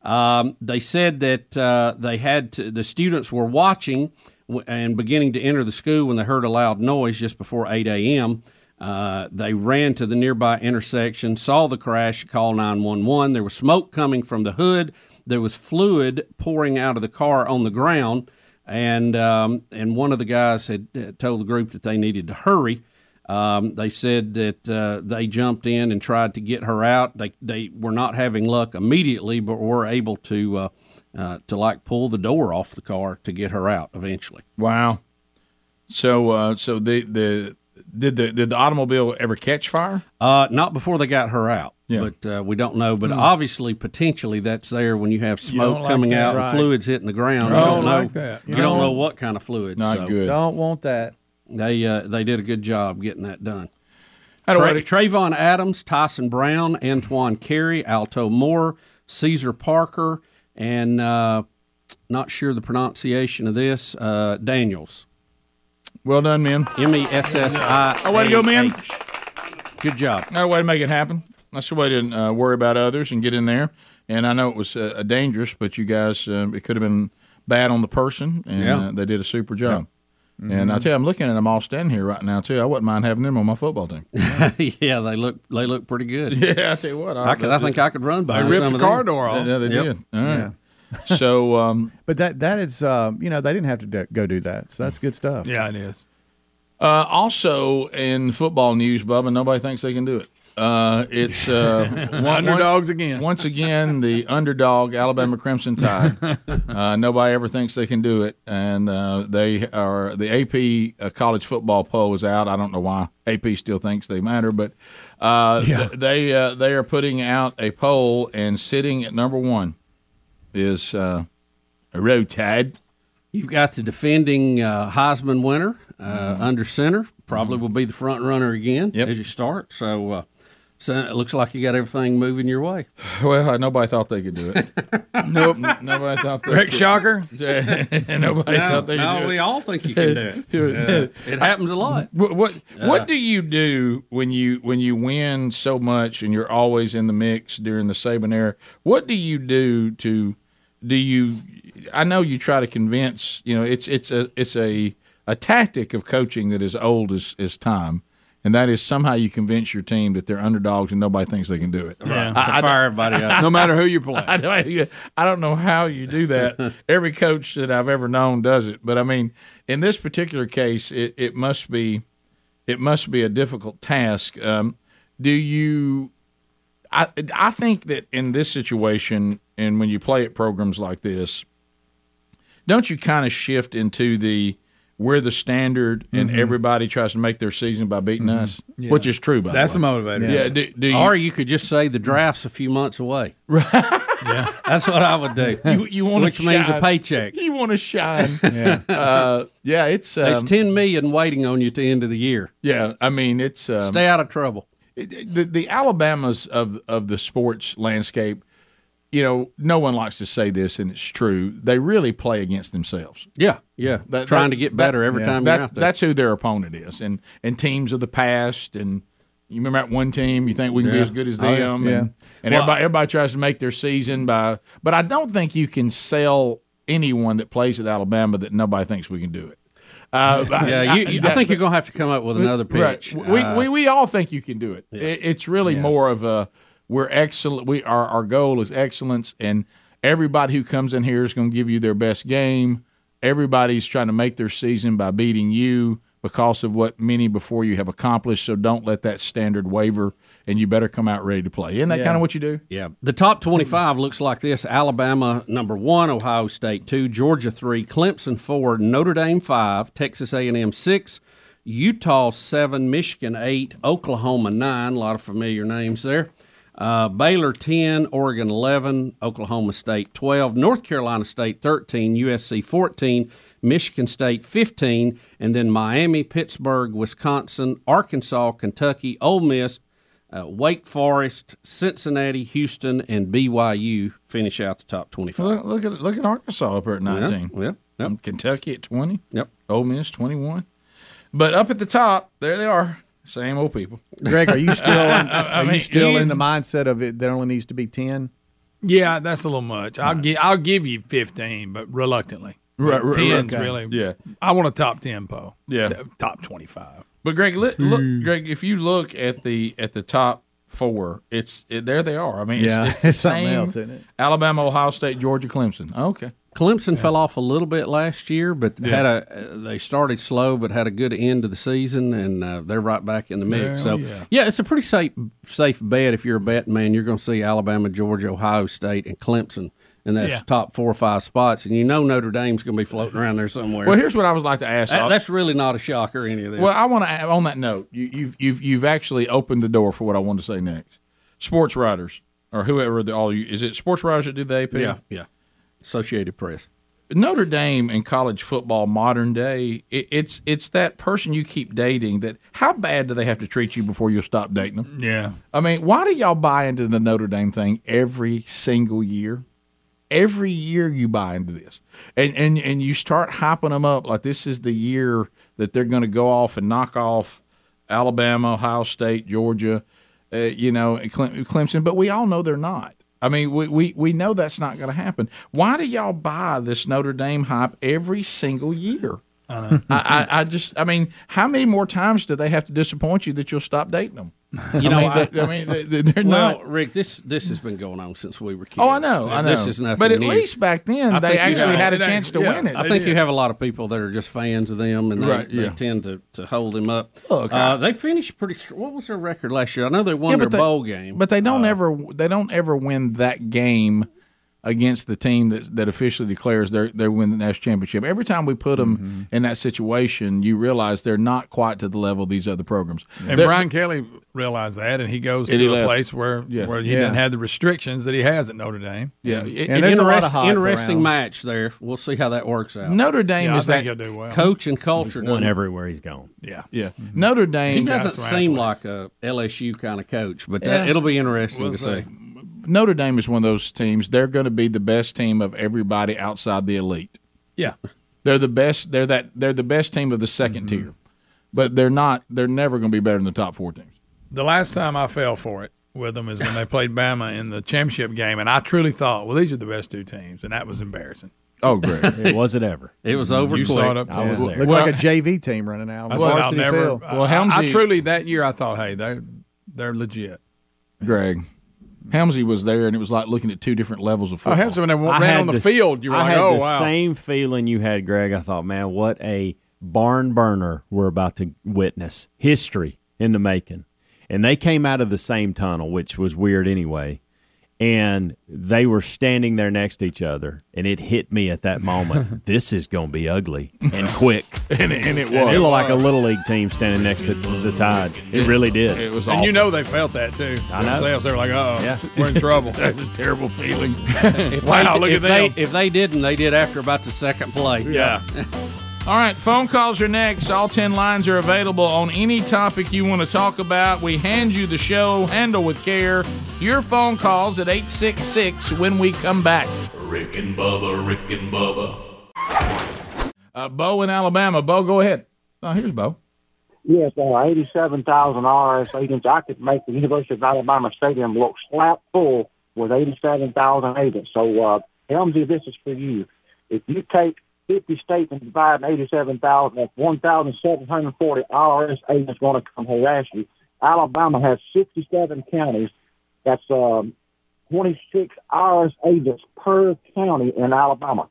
S3: Um, they said that uh, they had to, the students were watching w- and beginning to enter the school when they heard a loud noise just before 8 a.m. Uh, they ran to the nearby intersection, saw the crash, called 911. There was smoke coming from the hood. There was fluid pouring out of the car on the ground, and um, and one of the guys had uh, told the group that they needed to hurry. Um, they said that uh, they jumped in and tried to get her out. They they were not having luck immediately, but were able to uh, uh, to like pull the door off the car to get her out eventually.
S2: Wow. So, uh, so the the did the did the automobile ever catch fire?
S3: Uh, not before they got her out,
S2: Yeah.
S3: but uh, we don't know. But obviously, potentially, that's there when you have smoke
S6: like
S3: coming
S6: that,
S3: out
S6: right.
S3: and fluids hitting the ground.
S6: You
S3: you
S6: don't
S3: don't know.
S6: like that.
S3: You
S6: No.
S3: don't know what kind of fluid.
S2: Not
S3: so
S2: good.
S6: Don't want that.
S3: They uh, they did a good job getting that done.
S2: How do
S3: Tra-
S2: I-
S3: Trayvon Adams, Tyson Brown, Antoine Carey, Alto Moore, Caesar Parker, and uh, not sure the pronunciation of this uh, Daniels.
S2: Well done, men.
S3: M e s s i.
S2: Oh, way to go, men.
S3: Good job.
S2: No way to make it happen. That's the way to uh, worry about others and get in there. And I know it was uh, dangerous, but you guys, uh, it could have been bad on the person, and
S3: Yeah.
S2: uh, they did a super job. And I tell you, I'm looking at them all standing here right now too. I wouldn't mind having them on my football team.
S3: yeah, they look they look pretty good.
S2: Yeah, I tell you what, I-
S3: I, could, I think I could run by
S2: They ripped
S3: some
S2: the
S3: of
S2: car
S3: them.
S2: door off. Yeah, they
S3: Yep.
S2: did. All right. So, um,
S6: But that that is um, you know they didn't have to do, go do that. So that's good stuff.
S2: Yeah, it is. Uh, also, in football news, Bubba, nobody thinks they can do it. Uh, it's uh,
S5: Underdogs
S2: again. Once again, the underdog Alabama Crimson Tide. Uh, nobody ever thinks they can do it, and uh, they are the AP uh, college football poll is out. I don't know why AP still thinks they matter, but uh, th- they uh, they are putting out a poll, and sitting at number one is uh, Road Tide.
S3: You've got the defending uh, Heisman winner uh,
S2: Mm-hmm.
S3: under center. Probably will be the front runner again as you start. So, uh, so it looks like you got everything moving your way.
S2: Well, uh, nobody thought they could do it.
S3: nope,
S2: nobody thought they
S3: Rick
S2: could-
S3: Shocker?
S2: Yeah, nobody
S3: No,
S2: thought they could
S3: no,
S2: do it.
S3: we all think you can do it. Yeah. It happens a lot.
S2: What what, what
S5: Uh-huh.
S3: Yeah.
S2: do you do when you when you win so much and you're always in the mix during the Saban era? What do you do to do you? I know you try to convince. You know, it's it's a it's a a tactic of coaching that is old as as time. And that is somehow you convince your team that they're underdogs and nobody thinks they can do it.
S9: Yeah, to fire everybody up.
S2: no matter who you play. I don't, I don't know how you do that. Every coach that I've ever known does it, but I mean, in this particular case, it, it must be it must be a difficult task. Um, do you? I I think that in this situation, and when you play at programs like this, don't you kind of shift into the we're the standard, and
S5: Mhm.
S2: everybody tries to make their season by beating
S5: Mhm.
S2: us,
S5: Yeah.
S2: which is true. By
S5: That's
S2: the
S5: a
S2: way.
S5: motivator.
S2: Yeah. Do, do you,
S3: or you could just say the draft's a few months away. Right. yeah. That's what I would do.
S2: You, you want
S3: Which means a paycheck.
S2: You want to shine.
S3: Yeah.
S2: uh, yeah. It's um,
S3: There's ten million waiting on you at the end of the year.
S2: Yeah, I mean it's um,
S3: Stay out of trouble.
S2: it- the the Alabamas of of the sports landscape. You know, no one likes to say this, and it's true. They really play against themselves.
S3: Yeah, yeah.
S2: That- that-
S3: Trying to get
S2: that-
S3: better every
S2: yeah.
S3: time
S2: That's,
S3: you're out there.
S2: that's who their opponent is, and and teams of the past, and you remember that one team you think we can be
S3: Yeah.
S2: as good as
S3: Oh, yeah.
S2: them,
S3: Yeah.
S2: and, and
S3: Well,
S2: everybody everybody tries to make their season by. But I don't think you can sell anyone that plays at Alabama that nobody thinks we can do it. Uh,
S3: yeah, you, you- I think you're going to have to come up with another
S2: Right.
S3: pitch.
S2: We,
S3: Uh,
S2: we, we all think you can do it. It- It's really more of a we're excellent. We our our goal is excellence, and everybody who comes in here is going to give you their best game. Everybody's trying to make their season by beating you because of what many before you have accomplished. So don't let that standard waver, and you better come out ready to play. Isn't that kind of what you do?
S3: Yeah. The top 25 looks like this Alabama, number one, Ohio State, two, Georgia, three, Clemson, four, Notre Dame, five, Texas A&M, six, Utah, seven, Michigan, eight, Oklahoma, nine. A lot of familiar names there. Uh, Baylor, 10, Oregon, 11, Oklahoma State, 12, North Carolina State, 13, USC, 14, Michigan State, 15, and then Miami, Pittsburgh, Wisconsin, Arkansas, Kentucky, Ole Miss, uh, Wake Forest, Cincinnati, Houston, and BYU finish out the top twenty-five.
S2: Look, look at look at Arkansas up there at nineteen.
S3: Yeah, yeah, yeah.
S2: Um, Kentucky at twenty.
S3: Yep.
S2: Ole Miss twenty one. But up at the top, there they are. Same old people.
S6: Greg, are you still in,
S2: I- I
S6: are you
S2: mean,
S6: still
S2: you-
S6: in the mindset of it? There only needs to be ten.
S5: Yeah, that's a little much. I'll give I'll give you fifteen, but reluctantly.
S2: Right, right,
S5: Ten's
S2: okay.
S5: really.
S2: Yeah.
S5: I want a top ten, Poe.
S2: Yeah.
S5: T- top twenty-five.
S2: But Greg, li-
S6: Hmm.
S2: look, Greg, if you look at the at the top four, it's it, there they are. I mean,
S6: Yeah,
S2: it's, it's the
S6: it's something
S2: same.
S6: else, isn't it?
S2: Alabama, Ohio State, Georgia, Clemson. Okay,
S3: Clemson fell off a little bit last year, but
S2: Yeah.
S3: had a uh, they started slow, but had a good end to the season, and uh, they're right back in the mix.
S2: Well,
S3: so
S2: yeah.
S3: yeah. it's a pretty safe safe bet if you're a betting man. You're going to see Alabama, Georgia, Ohio State, and Clemson in that
S2: Yeah.
S3: top four or five spots, and you know Notre Dame's going to be floating around there somewhere.
S2: Well, here's what I would like to ask.
S3: That- that's really not a shocker. Any of this.
S2: Well, I want to on that note, you, you've you've you've actually opened the door for what I want to say next. Sports writers or whoever the, all you is it sports writers that do the AP?
S3: Yeah, yeah. Associated Press.
S2: Notre Dame in college football modern day, it, it's it's that person you keep dating that how bad do they have to treat you before you'll stop dating them?
S5: Yeah.
S2: I mean, why do y'all buy into the Notre Dame thing every single year? Every year you buy into this, and and and you start hyping them up like this is the year that they're going to go off and knock off Alabama, Ohio State, Georgia, uh, you know, and Clem- Clemson. But we all know they're not. I mean, we we, we know that's not going to happen. Why do y'all buy this Notre Dame hype every single year? I, know. I, I just, I mean, how many more times do they have to disappoint you that you'll stop dating them?
S3: You know,
S2: I mean, they- I mean, they- they- they're
S3: well,
S2: not-
S3: Rick, this this has been going on since we were kids.
S2: Oh, I know, I know.
S3: This is nothing.
S2: But at
S3: new.
S2: least back then,
S3: I
S2: they
S3: think you
S2: actually
S3: have-
S2: had a chance to
S3: yeah,
S2: win it.
S3: I think you have a lot of people that are just fans of them, and they,
S2: Right,
S3: they
S2: yeah.
S3: tend to, to hold them up.
S2: Look, I-
S3: uh, they finished pretty. str- What was their record last year? I know they won
S2: Yeah,
S3: their
S2: but they-
S3: bowl game.
S2: but they don't ever, they don't ever win that game against the team that that officially declares they they win the national championship. Every time we put them
S3: Mm-hmm.
S2: in that situation, you realize they're not quite to the level of these other programs.
S5: And
S2: They're-
S5: Brian Kelly realized that, and he goes
S2: And
S5: to
S2: he
S5: a
S2: left.
S5: place where
S2: Yeah.
S5: where he
S2: Yeah.
S5: doesn't have the restrictions that he has at Notre Dame.
S2: Yeah. Yeah.
S3: An interest- interesting match there. We'll see how that works out.
S2: Notre Dame
S3: Yeah, I
S2: is
S3: think
S2: that
S3: he'll do well. coach and culture.
S2: He's
S3: doesn't
S2: won
S3: he?
S2: everywhere he's gone. Yeah. Yeah. Notre Dame
S3: He doesn't seem like a LSU kind of coach, but that,
S2: Yeah.
S3: it'll be interesting
S2: We'll
S3: to
S2: see.
S3: see.
S2: Notre Dame is one of those teams. They're going to be the best team of everybody outside the elite.
S5: Yeah.
S2: They're the best. They're that. They're the best team of the 2nd
S5: Mm-hmm.
S2: tier, but they're not. They're never going to be better than the top four teams.
S5: The last time I fell for it with them is when they played Bama in the championship game, and I truly thought, well, these are the best two teams, and that was embarrassing.
S2: Oh, great! Mm-hmm.
S9: It was it ever?
S3: It was over
S5: You saw it up
S9: I was
S5: close.
S9: there.
S6: Looked
S5: Well,
S6: like a JV team running out.
S5: I
S6: on
S5: said I'll
S6: varsity
S5: never.
S6: field.
S5: Well, I, I truly that year I thought, hey, they they're legit.
S2: Greg. Helmsley was there, and it was like looking at two different levels of
S5: Oh,
S2: football.
S5: Helmsley, when they w- ran
S9: had
S5: on the
S9: s-
S5: field, you were
S9: I
S5: like,
S9: had
S5: "Oh,
S9: the
S5: wow."
S9: same feeling you had, Greg. I thought, man, what a barn burner we're about to witness. History in the making. And they came out of the same tunnel, which was weird anyway. And they were standing there next to each other, and it hit me at that moment. this is going to be ugly and quick.
S2: And it- and it
S9: It
S2: was.
S9: looked like a little league team standing next to, to the tide. It really did.
S2: It was
S5: and you know they felt that too.
S9: I know.
S5: Themselves, they were like, "Oh,
S9: Yeah.
S5: we're in trouble."
S2: That's a terrible feeling.
S3: If
S5: wow,
S3: they,
S5: look
S3: if
S5: at them.
S3: They, if they didn't, they did after about the second play.
S5: Yeah.
S2: All right, phone calls are next. All 10 lines are available on any topic you want to talk about. We hand you the show, handle with care. Your phone calls at 866 when we come back.
S4: Rick and Bubba, Rick and Bubba.
S2: Uh, Bo in Alabama. Bo, go ahead. Oh, here's Bo.
S12: Yes, uh, 87,000 RS agents. I could make the University of Alabama Stadium look slap full with 87,000 agents. So, uh, Helmsy, this is for you. If you take 50 states and divide 87,000, that's 1,740 IRS agents going to come harass you. Alabama has 67 counties. That's um, 26 IRS agents per county in Alabama.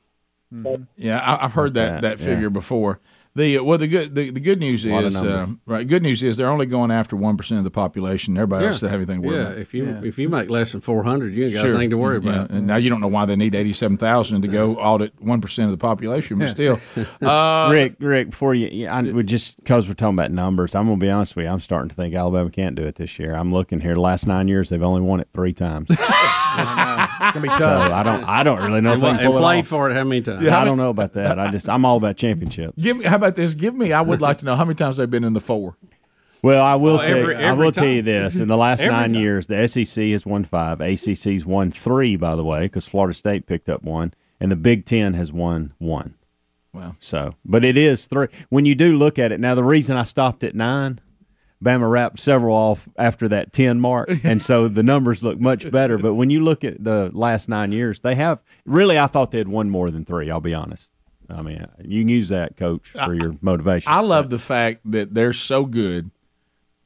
S2: Yeah, I, I've heard that, that
S9: yeah.
S2: figure before. The uh, well, the good the, the good news
S9: A lot of
S2: is uh,
S9: numbers.
S2: right. Good news is they're only going after one percent of the population. Everybody else doesn't have anything to worry
S3: yeah,
S2: about.
S3: if you if you make less than four hundred, you ain't got anything to worry
S2: Yeah,
S3: about.
S2: And now you don't know why they need eighty-seven thousand to go audit one percent of the population, but still. Uh,
S9: Rick, Rick, before you, yeah, I would just because we're talking about numbers, I'm gonna be honest with you. I'm starting to think Alabama can't do it this year. I'm looking here. The last nine years, they've only won it three times. so
S6: It's gonna be tough.
S9: I don't, I don't really know if
S3: And,
S9: they
S3: wa-
S9: can
S3: and
S9: pull it
S3: played
S9: off.
S3: for it how many times?
S9: Yeah, I don't know about that. I just, I'm all about championships.
S2: Give me, how about this? Give me. I would like to know how many times they've been in the four.
S9: Well, I will
S2: Oh,
S9: tell,
S2: every-
S9: I
S2: every
S9: will tell you
S2: time.
S9: this: in the last
S2: Every
S9: nine
S2: time.
S9: years, the SEC has won five, ACC's won three, by the way, because Florida State picked up one, and the Big Ten has won one.
S2: Wow.
S9: So, but it is three. When you do look at it now, the reason I stopped at nine, Bama wrapped several off after that ten mark, and so the numbers look much better. But when you look at the last nine years, they have really. I thought they had won more than three. I'll be honest. I mean, you can use that, coach, for your motivation.
S2: I love the fact that they're so good.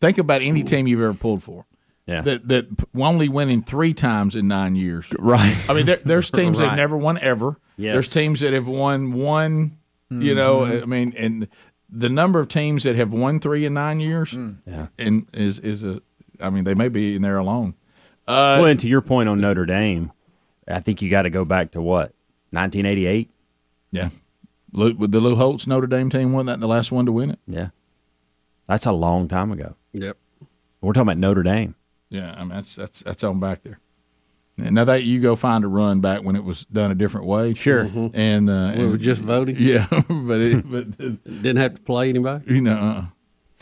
S2: Think about any team you've ever pulled for.
S9: Yeah.
S2: That that p- only winning three times in nine years.
S9: Right.
S2: I mean, there, there's teams that
S9: Right.
S2: never won ever.
S9: Yes.
S2: There's teams that have won one. You know,
S3: Mm-hmm.
S9: Mhm.
S2: I mean, and the number of teams that have won three in nine years,
S3: Mm.
S9: Yeah.
S2: and is is a. I mean, they may be in there alone. Uh,
S9: well, and to your point on Notre Dame, I think you got to go back to what 1988.
S2: Yeah, Lou, the Lou Holtz Notre Dame team won that the last one to win it.
S9: Yeah, that's a long time ago.
S3: Yep.
S9: We're talking about Notre Dame.
S2: Yeah, I mean that's that's that's on back there. And now that you go find a run back when it was done a different way, sure. And uh,
S3: Mm-hmm. We were
S2: and-
S3: just voting?
S2: yeah. But it, but didn't
S3: have to play anybody.
S2: You know, uh,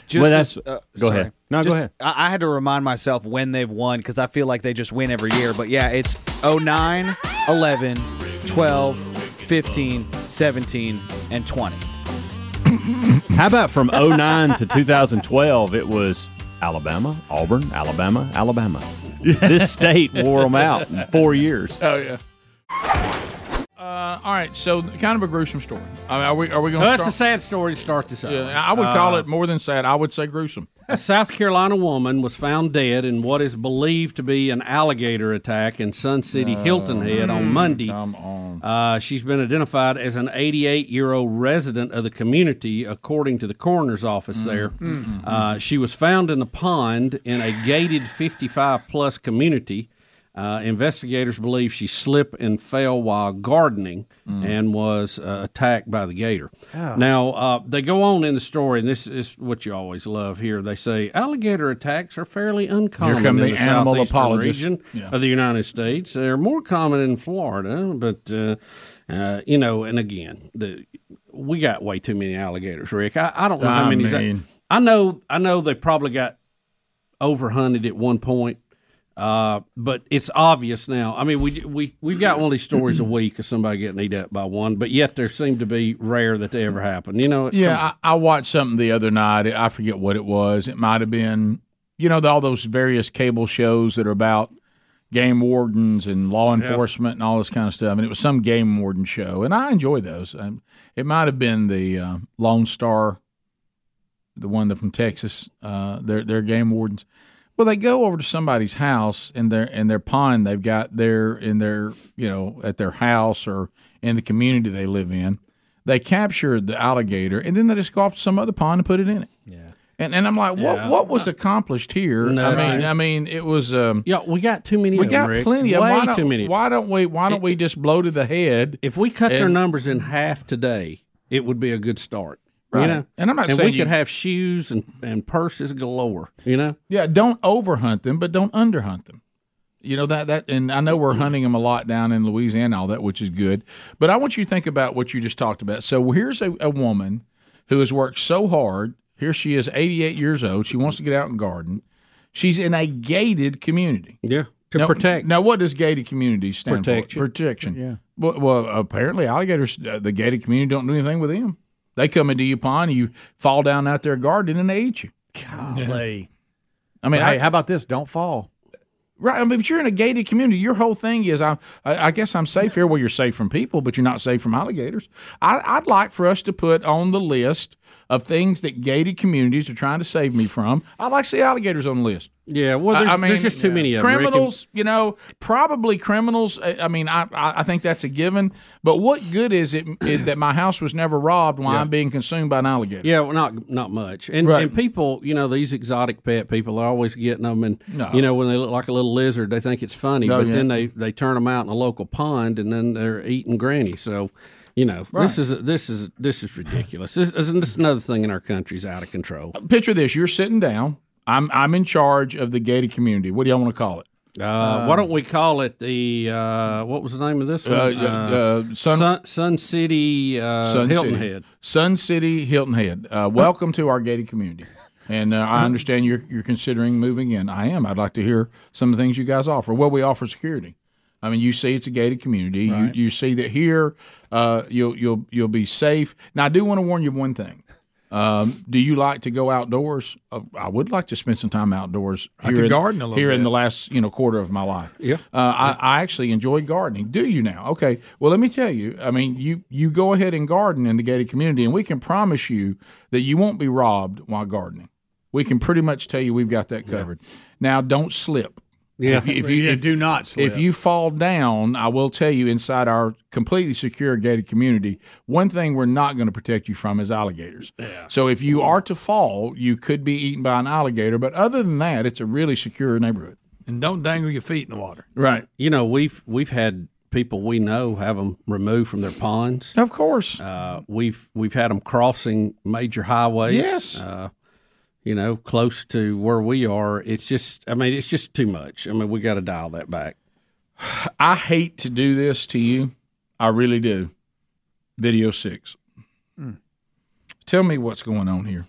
S7: Just as- uh, sorry.
S9: No,
S7: Just-
S9: go ahead.
S7: I, I had to remind myself when they've won because I feel like they just win every year. But yeah, it's 09, 11, 12, 15, 17, and 20.
S9: How about from 09 to 2012? It was Alabama, Auburn, Alabama, Alabama. this state wore them out in four years.
S2: Oh yeah. Uh, all right, so kind of a gruesome story. I mean, are we are we going
S3: Well,
S2: to
S3: that's a sad story to start this out.
S2: Yeah, I would call
S3: Uh,
S2: it more than sad. I would say gruesome.
S3: A South Carolina woman was found dead in what is believed to be an alligator attack in Sun City, Hilton Head on Monday. Come
S2: on.
S3: Uh, she's been identified as an 88 year old resident of the community, according to the coroner's office there.
S13: Mm-mm.
S3: Uh, she was found in a pond in a gated 55 plus community. Uh, investigators believe she slipped and fell while gardening and was uh, attacked by the gator.
S13: Oh.
S3: Now, uh, they go on in the story, and this is what you always love here. They say alligator attacks are fairly uncommon
S5: come
S3: in
S5: the animal
S3: southeastern
S5: apologist.
S3: region of the United States. They're more common in Florida, but uh, uh, you know, and again, the we got way too many alligators, Rick. I, I don't know how
S5: I
S3: many. exact-
S5: mean-
S3: I know, I know, they probably got overhunted at one point. Uh, but it's obvious now. I mean, we we we've got one of these stories a week of somebody getting eat up by one, but yet there seem to be rare that they ever happen. You know,
S2: Yeah, I, I watched something the other night. I forget what it was. It might have been, you know, the, all those various cable shows that are about game wardens and law
S5: Yep.
S2: enforcement and all this kind of stuff. And it was some game warden show, and I enjoy those. Um, it might have been the uh, Lone Star, the one that from Texas. Uh, they're they're game wardens. Well, they go over to somebody's house and their and their pond they've got there in their you know at their house or in the community they live in. They capture the alligator and then they just go off to some other pond and put it in it. Yeah. And, and I'm like, what
S5: Yeah.
S2: what was accomplished here? I mean,
S5: Nothing.
S2: I mean, it was. Um,
S3: yeah, we got too many.
S2: We
S3: of them,
S2: got
S3: Rick.
S2: plenty. of
S3: Way
S2: them. why don't-
S3: too many.
S2: Why don't we? Why don't we just blow to the head?
S3: If we cut their
S2: and-
S3: numbers in half today, it would be a good start. You
S2: Right.
S3: know?
S2: And I'm not
S3: and
S2: saying
S3: we
S2: you-
S3: could have shoes and, and purses galore. You know,
S2: Yeah, don't overhunt them, but don't underhunt them. You know that that, and I know we're hunting them a lot down in Louisiana, and all that, which is good. But I want you to think about what you just talked about. So here's a, a woman who has worked so hard. Here she is, 88 years old. She wants to get out and garden. She's in a gated community.
S3: Yeah, to
S2: now,
S3: protect.
S2: Now, what does gated community stand
S3: Protection.
S2: for? Protection. Yeah. Well, well, apparently alligators, uh, the gated community don't do anything with them. They come into your pond, you fall down out there gardening, and they eat you.
S6: Golly.
S2: I mean,
S6: hey,
S2: I-
S6: how about this? Don't fall.
S2: Right, I mean, but you're in a gated community. Your whole thing is, I, I I guess I'm safe here. Well, you're safe from people, but you're not safe from alligators. I, I'd like for us to put on the list of things that gated communities are trying to save me from. I'd like to see alligators on the list.
S3: Yeah, well, there's, there's just too many of them. Rick, and-
S2: Criminals, you know, probably criminals. uh, I I mean, I, I I think that's a given. But what good is it is that my house was never robbed while
S3: Yeah.
S2: I'm being consumed by an alligator?
S3: Yeah, well, not not much. And
S2: Right.
S3: and people, you know, these exotic pet people are always getting them, and
S2: No.
S3: you know, when they look like a little lizard, they think it's funny,
S2: No,
S3: but
S2: yeah.
S3: then they they turn them out in a local pond, and then they're eating granny. So. You know,
S2: Right.
S3: this is this is this is ridiculous. This, this is another thing in our country's out of control.
S2: Picture this: you're sitting down. I'm I'm in charge of the gated community. What do y'all want to call it?
S3: Uh, why don't we call it the uh, what was the name of this one?
S2: Um, Uh, yeah, uh, Sun-
S3: Sun, Sun City uh, Hilton
S2: City.
S3: Head.
S2: Sun City Hilton Head. Uh, welcome to our gated community. And uh, I understand you're you're considering moving in. I am. I'd like to hear some of the things you guys offer. Well, we offer security. I mean, you see, it's a gated community.
S5: Right.
S2: You you see that here, uh, you'll you'll you'll be safe. Now, I do want to warn you of one thing. Um, do you like to go outdoors? Uh, I would like to spend some time outdoors.
S5: Like to
S2: in-
S5: garden a little
S2: here in
S5: bit.
S2: the last you know quarter of my life.
S3: Yeah.
S2: Uh, I, I actually enjoy gardening. Do you now? Okay. Well, let me tell you. I mean, you you go ahead and garden in the gated community, and we can promise you that you won't be robbed while gardening. We can pretty much tell you we've got that covered. Now, don't slip.
S9: Yeah.
S2: If you, if you
S9: Yeah,
S2: if-
S9: do not slip.
S2: If you fall down, I will tell you inside our completely secure gated community, one thing we're not going to protect you from is alligators. So if you are to fall, you could be eaten by an alligator. But other than that, it's a really secure neighborhood.
S5: And don't dangle your feet in the water.
S2: Right.
S3: You know, we've we've had people we know have them removed from their ponds.
S2: Of course.
S3: Uh, we've we've had them crossing major highways.
S2: Yes.
S3: Uh, you know, close to where we are, it's just. I mean, it's just too much. I mean, we got to dial that back.
S2: I hate to do this to you. I really do. Video six.
S5: Hmm.
S2: Tell me what's going on here.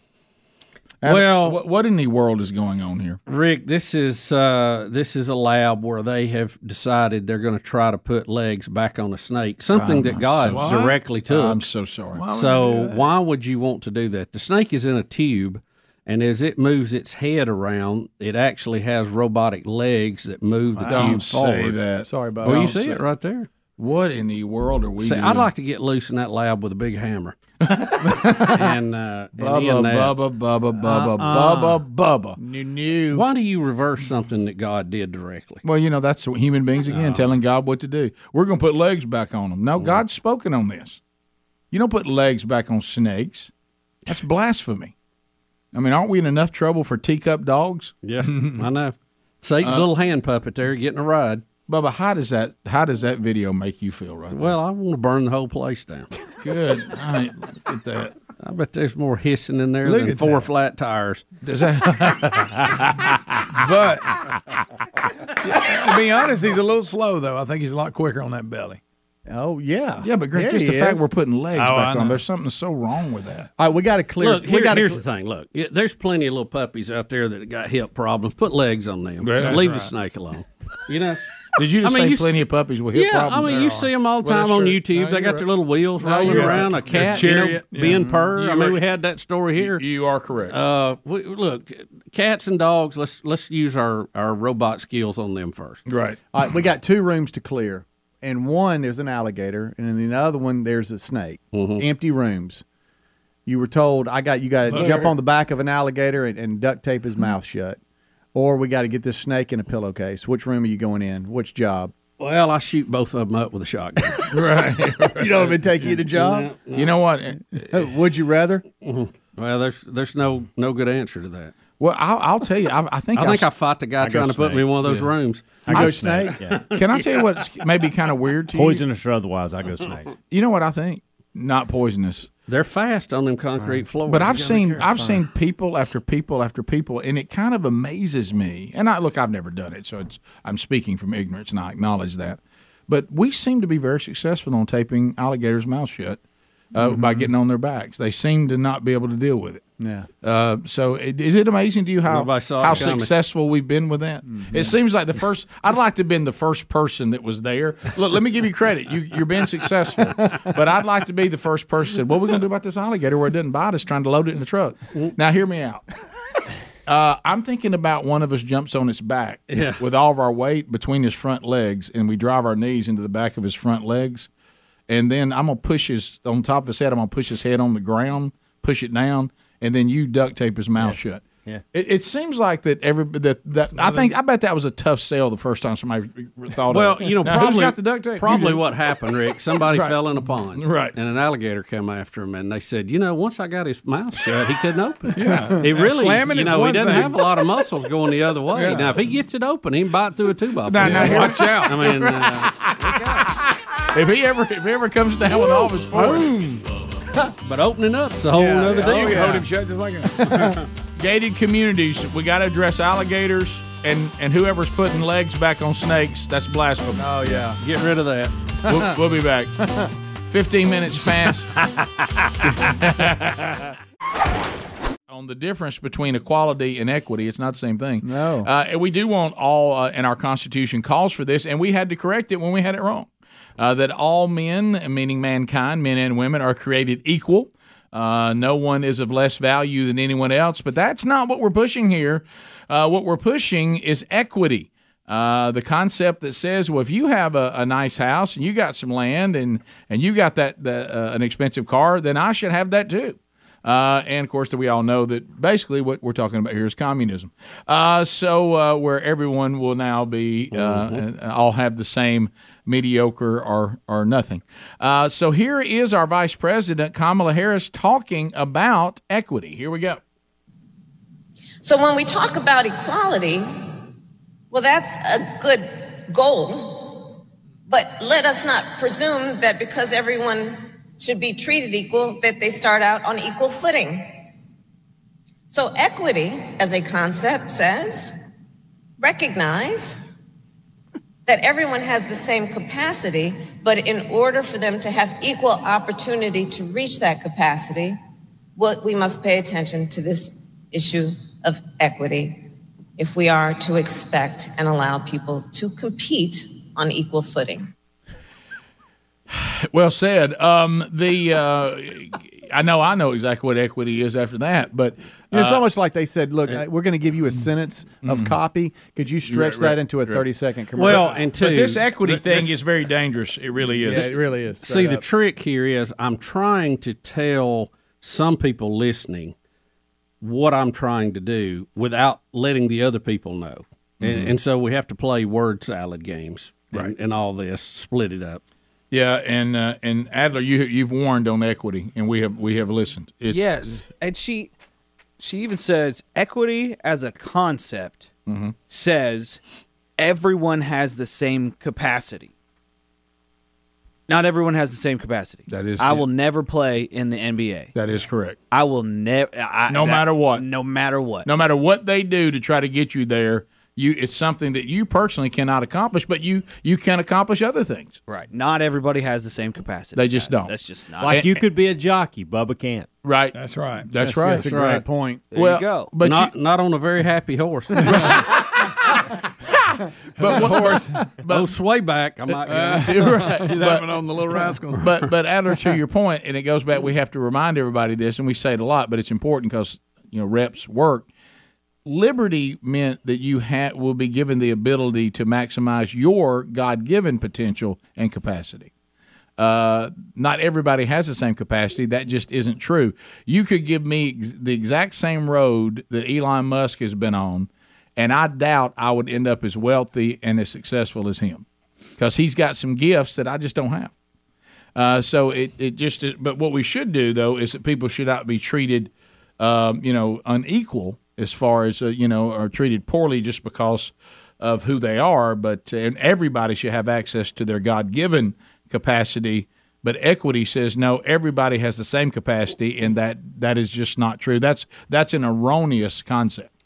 S3: Well-
S2: what, what in the world is going on here?
S3: Rick, this is uh, this is a lab where they have decided they're going to try to put legs back on a snake, something
S2: Oh,
S3: that
S2: I'm
S3: God
S2: so sorry.
S3: directly took.
S2: I'm so sorry. Why would they
S3: so
S2: do that?
S3: why would you want to do that? The snake is in a tube, and as it moves its head around, it actually has robotic legs that move the
S2: Don't
S3: tube
S2: say
S3: forward.
S2: that. Sorry, Bob.
S3: Well, you
S2: Don't
S3: see
S2: say-
S3: it right there.
S2: What in the world are we?
S3: See,
S2: doing?
S3: I'd like to get loose in that lab with a big hammer. and uh, and
S2: Bubba,
S3: end that.
S2: Bubba, Bubba, Bubba, Bubba, Bubba.
S3: New, new. Why do you reverse something that God did directly?
S2: Well, you know that's what human beings again telling God what to do. We're going to put legs back on them. No, God's spoken on this. You don't put legs back on snakes. That's blasphemy. I mean, aren't we in enough trouble for teacup dogs? Uh,
S3: Yeah, I know. Satan's little hand puppet there getting a ride.
S2: Bubba, how does that how does that video make you feel right
S3: Well, I want to burn the whole place down.
S2: Good. I look at that.
S3: I bet there's more hissing in there
S2: Look
S3: than
S2: at
S3: four flat tires.
S2: Does that-
S5: But to be honest, he's a little slow though. I think he's a lot quicker on that belly.
S6: Oh yeah,
S2: Yeah, but Greg, just the fact we're putting legs
S5: Oh, I
S2: back on,
S5: know.
S2: there's something so wrong with that.
S6: All right, we got to clear.
S3: Look, here-
S6: we gotta
S3: here's
S6: cl-
S3: the thing. Look, yeah, there's plenty of little puppies out there that got hip problems. Put legs on them.
S2: Yeah, that's
S3: Leave the
S2: right.
S3: snake alone. You know.
S2: Did you just
S3: I mean,
S2: say
S3: you s-
S2: plenty of puppies with hip
S3: yeah,
S2: problems?
S3: I mean,
S2: There
S3: you
S2: are.
S3: see them all the
S2: Well,
S3: time
S2: that's
S3: on
S2: true.
S3: YouTube.
S2: No,
S3: they
S2: you're
S3: got
S2: right.
S3: their little wheels
S2: No,
S3: rolling
S2: you're right.
S3: around,
S2: Their
S3: a cat,
S2: chariot,
S3: you know, being
S2: yeah.
S3: purr. I
S2: You
S3: mean,
S2: were-
S3: we had that story here.
S2: You are correct.
S3: Uh, we, look, cats and dogs. Let's let's use our our robot skills on them first.
S2: Right.
S6: All right, we got two rooms to clear, and one there's an alligator, and in the other one there's a snake.
S2: Mm-hmm.
S6: Empty rooms. You were told I got you got to
S2: Look.
S6: jump on the back of an alligator and, and duct tape
S2: Mm-hmm.
S6: his mouth shut, or we got to get this snake in a pillowcase. Which room are you going in? Which job?
S3: Well, I shoot both of them up with a shotgun.
S2: right.
S6: You don't even take either job. Oh.
S2: You know what?
S6: Would you rather?
S3: Mm-hmm. well, there's there's no no good answer to that.
S2: Well, I'll, I'll tell you. I, I think
S3: I
S2: I've-
S3: think I fought the guy
S9: go
S3: trying to put me in
S9: snake.
S3: one of those
S2: Yeah.
S3: rooms.
S9: I
S2: I-
S9: go snake. yeah.
S2: Can I tell you what's maybe kind of weird to you?
S9: Poisonous or otherwise, I go snake.
S2: You know what I think? Not poisonous.
S3: They're fast on them concrete floors.
S2: But I've seen I've seen people after people after people, and it kind of amazes me. And I look, I've never done it, so it's, I'm speaking from ignorance, and I acknowledge that. But we seem to be very successful on taping alligators' mouths shut uh,
S3: Mm-hmm.
S2: by getting on their backs. They seem to not be able to deal with it.
S6: Yeah.
S2: Uh, so it, is it amazing to you how
S3: Nobody saw it
S2: how
S3: coming. Mm-hmm.
S2: successful we've been with that? It seems like the first. I'd like to have been the first person that was there. Look, let me give you credit. You you're being successful, but I'd like to be the first person. that said, What are we going to do about this alligator where it doesn't bite us? Trying to load it in the truck. Now hear me out. Uh, I'm thinking about one of us jumps on its back
S3: Yeah.
S2: with all of our weight between his front legs, and we drive our knees into the back of his front legs and then I'm gonna push his on top of his head. I'm gonna push his head on the ground, push it down, and then you duct tape his mouth shut.
S9: Yeah.
S2: It, it seems like that every that, that I think I bet that was a tough sell the first time somebody thought.
S3: Well,
S2: of it.
S3: you know,
S2: Now,
S3: probably
S2: who's got the duct tape? You
S3: Probably
S2: do.
S3: what happened, Rick. Somebody
S2: Right.
S3: fell in a pond,
S2: Right.
S3: And an alligator come after him, and they said, you know, once I got his mouth shut, he couldn't open. it. Yeah, he really,
S2: slamming
S3: you
S2: is
S3: know, he
S2: one
S3: doesn't
S2: thing.
S3: have a lot of muscles going the other way.
S2: Yeah.
S3: Now, if he gets it open, he can bite through a two by four.
S2: Now- now, watch out.
S3: I mean, uh,
S2: If he ever if he ever comes down with all of his force,
S3: but opening up's a whole other deal.
S2: Oh, yeah.
S5: Hold him shut just like a
S2: gated communities, we got to address alligators and and whoever's putting legs back on snakes. That's blasphemy.
S6: Oh yeah.
S3: Get rid of that.
S2: we'll, we'll be back. Fifteen minutes past. on the difference between equality and equity. It's not the same thing.
S6: No.
S2: Uh, and we do want all, uh, and our Constitution calls for this, and we had to correct it when we had it wrong. Uh, that all men, meaning mankind, men and women, are created equal. Uh, no one is of less value than anyone else, but that's not what we're pushing here. Uh, what we're pushing is equity. Uh, the concept that says, well, if you have a, a nice house and you got some land and and you got that, that uh, an expensive car, then I should have that too. Uh, and of course, that we all know that basically what we're talking about here is communism. Uh, so uh, where everyone will now be uh,
S3: Mm-hmm.
S2: uh, all have the same mediocre or or nothing. Uh, so here is our vice president Kamala Harris talking about equity. Here we go.
S13: So when we talk about equality, well, that's a good goal. But let us not presume that because everyone should be treated equal, that they start out on equal footing. So equity as a concept says recognize that everyone has the same capacity, but in order for them to have equal opportunity to reach that capacity, what we must pay attention to this issue of equity if we are to expect and allow people to compete on equal footing.
S2: Well said. Um, the uh, I know I know exactly what equity is after that, but uh,
S6: It's almost like they said, "Look, uh, we're going to give you a sentence
S2: Mm-hmm.
S6: of copy. Could you stretch that into a thirty-second commercial?"
S3: Well, and two,
S2: but this equity
S3: th-
S2: thing
S3: this-
S2: is very dangerous. It really is.
S6: yeah, it really is.
S3: See,
S6: Straight
S3: the
S6: up.
S3: trick here is I'm trying to tell some people listening what I'm trying to do without letting the other people know. And, and so we have to play word salad games and,
S2: Right.
S3: and all this, split it up.
S2: Yeah, and uh, and Adler, you you've warned on equity, and we have we have listened. It's,
S7: Yes, and she
S2: Mm-hmm.
S7: she even says equity as a concept says everyone has the same capacity. Not everyone has the same capacity. That
S2: is-
S7: I will never play in the NBA.
S2: That is correct.
S7: I will never.
S2: No matter what.
S7: No matter what.
S2: No matter what they do to try to get you there, you it's something that you personally cannot accomplish, but you you can accomplish other things.
S7: Right. Not everybody has the same capacity.
S2: They just
S7: That's-
S2: don't.
S7: That's just not.
S9: Like you could be a jockey, Bubba can't.
S2: Right.
S5: That's right.
S2: That's right.
S9: That's a great
S3: Right.
S9: point.
S3: There
S9: Well,
S3: you go.
S9: but
S3: not not on a very happy horse.
S2: but what, horse, but
S3: oh, sway back. I might.
S2: Uh,
S3: you know.
S2: right.
S5: That
S2: But-
S5: one on the Little Rascal.
S2: but but Adler, to your point, and it goes back. We have to remind everybody this, and we say it a lot, but it's important because you know reps work. Liberty meant that you ha- will be given the ability to maximize your God-given potential and capacity. Uh, not everybody has the same capacity. That just isn't true. You could give me ex- the exact same road that Elon Musk has been on, and I doubt I would end up as wealthy and as successful as him, because he's got some gifts that I just don't have. Uh, so it, it just but what we should do though is that people should not be treated um, you know unequal as far as uh, you know or treated poorly just because of who they are but uh, and everybody should have access to their god-given capacity but equity says no everybody has the same capacity and that that is just not true that's that's an erroneous concept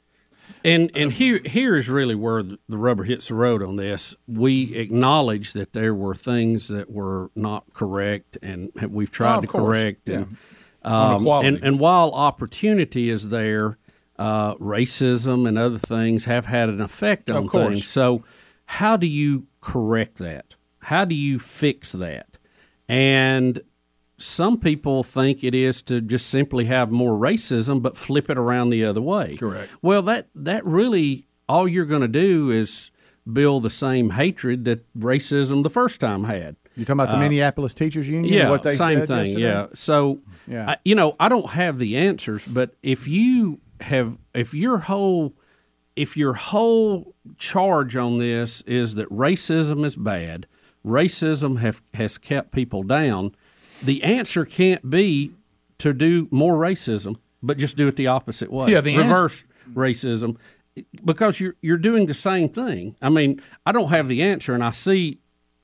S3: And and here here is really where the rubber hits the road on this. We acknowledge that there were things that were not correct, and we've
S2: Oh,
S3: tried
S2: of
S3: to
S2: course.
S3: correct.
S2: Yeah.
S3: And,
S2: On
S3: um,
S2: equality.
S3: and and while opportunity is there, uh, racism and other things have had an effect
S2: Of
S3: on
S2: course.
S3: things. So, how do you correct that? How do you fix that? And some people think it is to just simply have more racism, but flip it around the other way.
S2: Correct.
S3: Well, that that really all you're going to do is build the same hatred that racism the first time had.
S6: You're talking about the
S3: Uh,
S6: Minneapolis Teachers Union?
S3: Yeah,
S6: what they
S3: same
S6: said
S3: thing.
S6: yesterday?
S3: Yeah. So,
S6: Yeah.
S3: I, you know, I don't have the answers, but if you have, if your whole, if your whole charge on this is that racism is bad, racism have has kept people down, the answer can't be to do more racism, but just do it the opposite way.
S2: Yeah, the ans-
S3: reverse racism. Because you're you're doing the same thing. I mean, I don't have the answer, and I see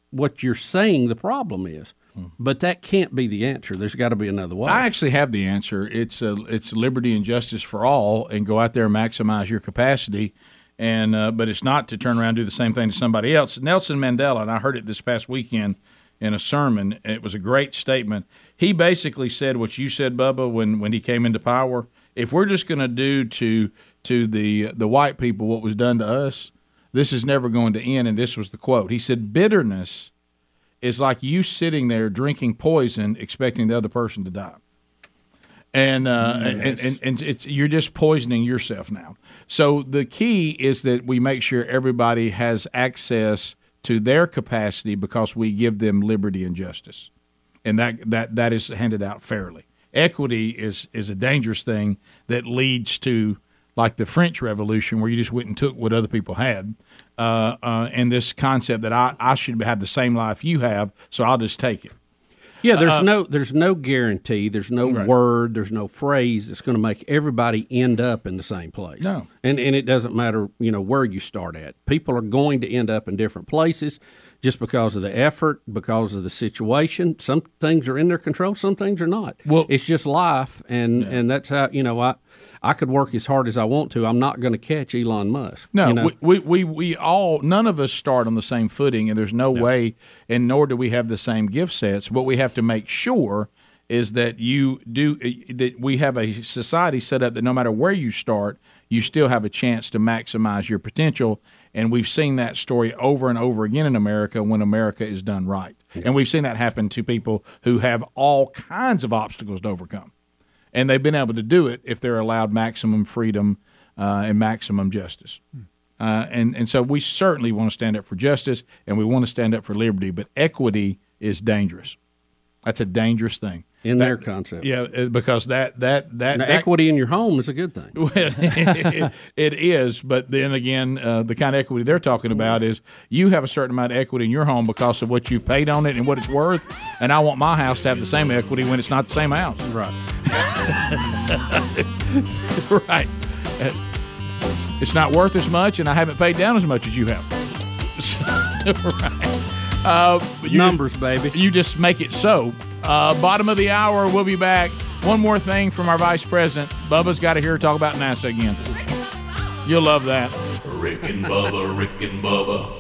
S3: what you're saying the problem is.
S2: Hmm.
S3: But that can't be the answer. There's got to be another way.
S2: I actually have the answer. It's uh it's liberty and justice for all, and go out there and maximize your capacity. And uh, but it's not to turn around and do the same thing to somebody else. Nelson Mandela, and I heard it this past weekend in a sermon. It was a great statement. He basically said what you said, Bubba, when when he came into power. If we're just going to do to to the the white people what was done to us, this is never going to end. And this was the quote. He said, "Bitterness." is like you sitting there drinking poison, expecting the other person to die. And, uh, and, and and it's you're just poisoning yourself now. So the key is that we make sure everybody has access to their capacity because we give them liberty and justice, and that that that is handed out fairly. Equity is is a dangerous thing that leads to like the French Revolution, where you just went and took what other people had, uh, uh, and this concept that I, I should have the same life you have, so I'll just take it.
S3: yeah, there's
S2: uh,
S3: no there's no guarantee. There's no word. There's no phrase that's going to make everybody end up in the same place.
S2: No.
S3: and and it doesn't matter you know where you start at. People are going to end up in different places just because of the effort, because of the situation. Some things are in their control. Some things are not. Well, it's just life, and and that's how you know I I could work as hard as I want to. I'm not going to catch Elon Musk.
S2: No,
S3: you know?
S2: we, we, we, we all, none of us start on the same footing, and there's no, way, and nor do we have the same gift sets. What we have to make sure is that you do, eh, that we have a society set up that no matter where you start, you still have a chance to maximize your potential. And we've seen that story over and over again in America when America is done right. And we've seen that happen to people who have all kinds of obstacles to overcome. And they've been able to do it if they're allowed maximum freedom uh, and maximum justice. Uh, and and so we certainly want to stand up for justice and we want to stand up for liberty, but equity is dangerous. That's a dangerous thing.
S3: in
S2: That-
S3: their concept.
S2: yeah, uh, because that that that,
S3: Now,
S2: that
S3: equity in your home is a good thing.
S2: it is, but then again, uh, the kind of equity they're talking about is you have a certain amount of equity in your home because of what you've paid on it and what it's worth, and I want my house to have the same equity when it's not the same house. Right. right. Uh, It's not worth as much, and I haven't paid down as much as you have. right. Uh, Numbers, baby. You just make it so. Uh, bottom of the hour. We'll be back. One more thing from our vice president. Bubba's got to hear her talk about NASA again. You'll love that.
S4: Rick and Bubba, Rick and Bubba.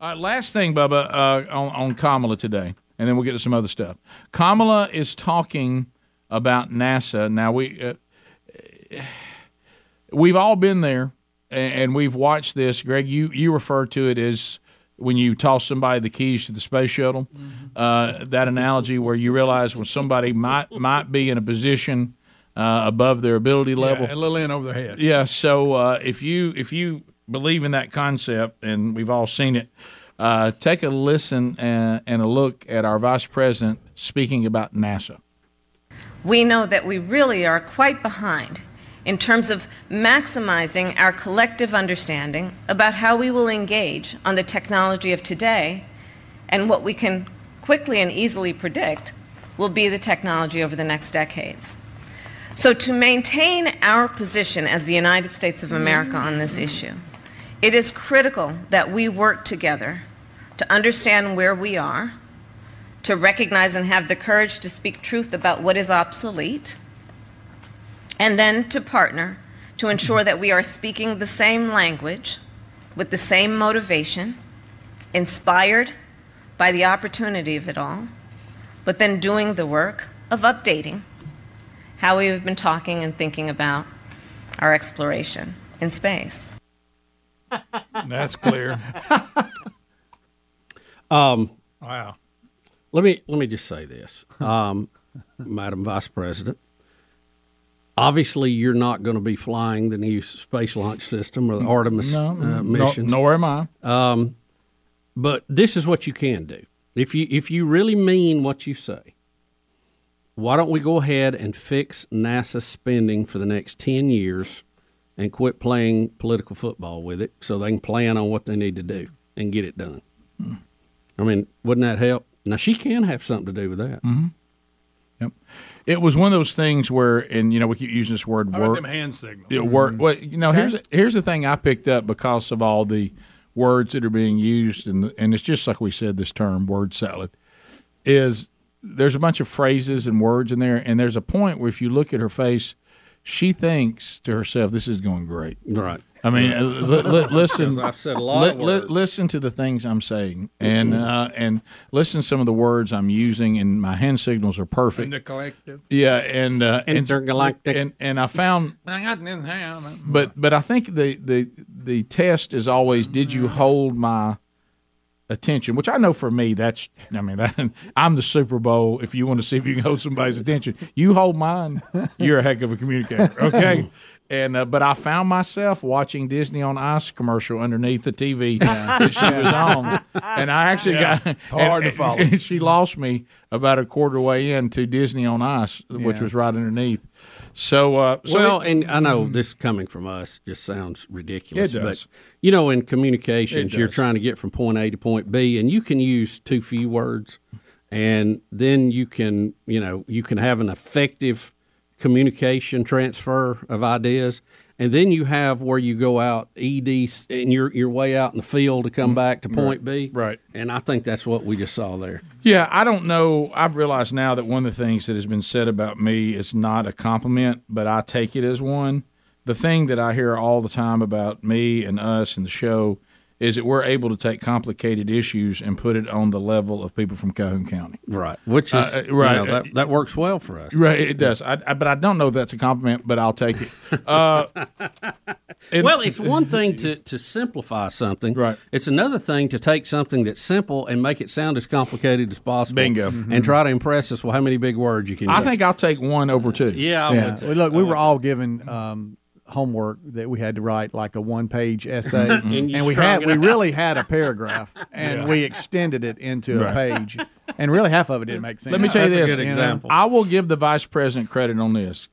S2: Uh, last thing, Bubba, uh, on, on Kamala today, and then we'll get to some other stuff. Kamala is talking about NASA. Now we uh, we've all been there, a- and we've watched this. Greg, you you refer to it as when you toss somebody the keys to the space shuttle.
S5: Mm-hmm.
S2: Uh, that analogy where you realize when somebody might might be in a position uh, above their ability level.
S5: Yeah, a little in over their head.
S2: Yeah. So uh, if you if you believe in that concept, and we've all seen it, uh, take a listen and, and a look at our vice president speaking about NASA.
S13: we know that we really are quite behind in terms of maximizing our collective understanding about how we will engage on the technology of today and what we can quickly and easily predict will be the technology over the next decades. So, to maintain our position as the United States of America on this issue, it is critical that we work together to understand where we are to recognize and have the courage to speak truth about what is obsolete, and then to partner to ensure that we are speaking the same language with the same motivation, inspired by the opportunity of it all, but then doing the work of updating how we have been talking and thinking about our exploration in space.
S5: That's clear.
S3: Um,
S5: wow.
S3: Let me let me just say this, um, Madam Vice President. Obviously, you're not going to be flying the new space launch system or the Artemis
S2: No,
S3: uh,
S2: no,
S3: missions.
S2: nor am I.
S3: Um, but this is what you can do if you if you really mean what you say. Why don't we go ahead and fix NASA spending for the next ten years, and quit playing political football with it, so they can plan on what they need to do and get it done. I mean, wouldn't that help? Now she can have something to do with that.
S5: Mm-hmm.
S2: Mhm. Yep. It was one of those things where, and you know, we keep using this word
S5: How about
S2: work.
S5: them hand signals?
S2: Yeah, work.
S3: Mm-hmm.
S2: Well, you know,
S5: Okay.
S2: here's here's the thing I picked up because of all the words that are being used, and and it's just like we said this term word salad is there's a bunch of phrases and words in there, and there's a point where if you look at her face, she thinks to herself, "This is going great."
S3: Right.
S2: I mean,
S3: Yeah.
S2: uh, li- li- listen.
S3: Because I've said a lot of words. Mm-hmm.
S2: listen to the things I'm saying, and uh, and listen to some of the words I'm using, and my hand signals are perfect.
S5: In the collective.
S2: Yeah, and uh, and-
S5: Intergalactic.
S2: And, and I found,
S5: I got in hand.
S2: but but I think the the the test is always, did you hold my attention? Which I know for me, that's I mean, that, I'm the Super Bowl. If you want to see if you can hold somebody's attention, you hold mine. You're a heck of a communicator. Okay. And uh, but I found myself watching Disney on Ice commercial underneath the TV that she was on, and I actually
S5: Yeah.
S2: got
S5: It's hard
S2: and-
S5: to follow.
S2: and she lost me about a quarter way into Disney on Ice, which
S3: Yeah.
S2: was right underneath. So, uh, so
S3: well,
S2: it- Mm-hmm.
S3: and I know this coming from us just sounds ridiculous.
S2: It does.
S3: But, you know, in communications,
S2: It
S3: you're
S2: does.
S3: trying to get from point A to point B, and you can use too few words, and then you can, you know, you can have an effective communication transfer of ideas, and then you have where you go out ed and you're you're way out in the field to
S2: Mm-hmm.
S3: come back to point B. Right. And I think that's what we just saw there.
S2: Yeah, I don't know. I've realized now that one of the things that has been said about me is not a compliment, but I take it as one. The thing that I hear all the time about me and us and the show is that we're able to take complicated issues and put it on the level of people from Calhoun County.
S3: Right. Which is
S2: Uh, uh,
S3: right.
S2: right.
S3: that that works well for us.
S2: Right, it does. I, I, but I don't know if that's a compliment, but I'll take it. Uh, and-
S3: well, it's one thing to, to simplify something. Right. It's another thing to take something that's simple and make it sound as complicated as possible.
S2: Bingo. Mm-hmm.
S3: And try to impress us with how many big words you can
S2: I
S3: use.
S2: think I'll take one over two.
S3: Yeah, I would
S6: Well, look, we were all given um, homework that we had to write like a one-page essay,
S3: And you
S6: we
S3: strung
S6: had
S3: it
S6: we
S3: out.
S6: really had a paragraph, and
S2: Yeah.
S6: we extended it into
S2: Right.
S6: a page, and really half of it didn't
S5: Mm-hmm.
S6: make sense.
S2: Let me tell you this. I will give the vice president credit on this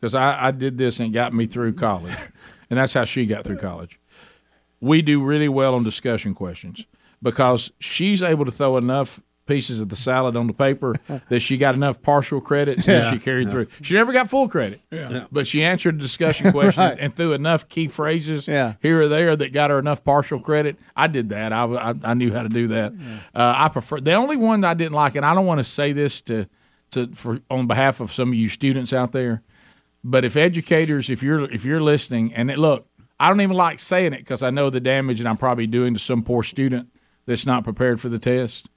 S2: because I, I did this and it got me through college, and that's how she got through college. We do really well on discussion questions because she's able to throw enough pieces of the salad on the paper that she got enough partial credit that
S5: Yeah.
S2: she carried
S5: Yeah.
S2: through. She never got full credit,
S5: Yeah. Yeah.
S2: but she answered the discussion question
S5: Right.
S2: and threw enough key phrases here or there that got her enough partial credit. I did that. I, I, I knew how to do that. Uh, I prefer the only one I didn't like, and I don't want to say this to to for on behalf of some of you students out there, but if educators, if you're if you're listening, and it, look, I don't even like saying it because I know the damage that I'm probably doing to some poor student that's not prepared for the test.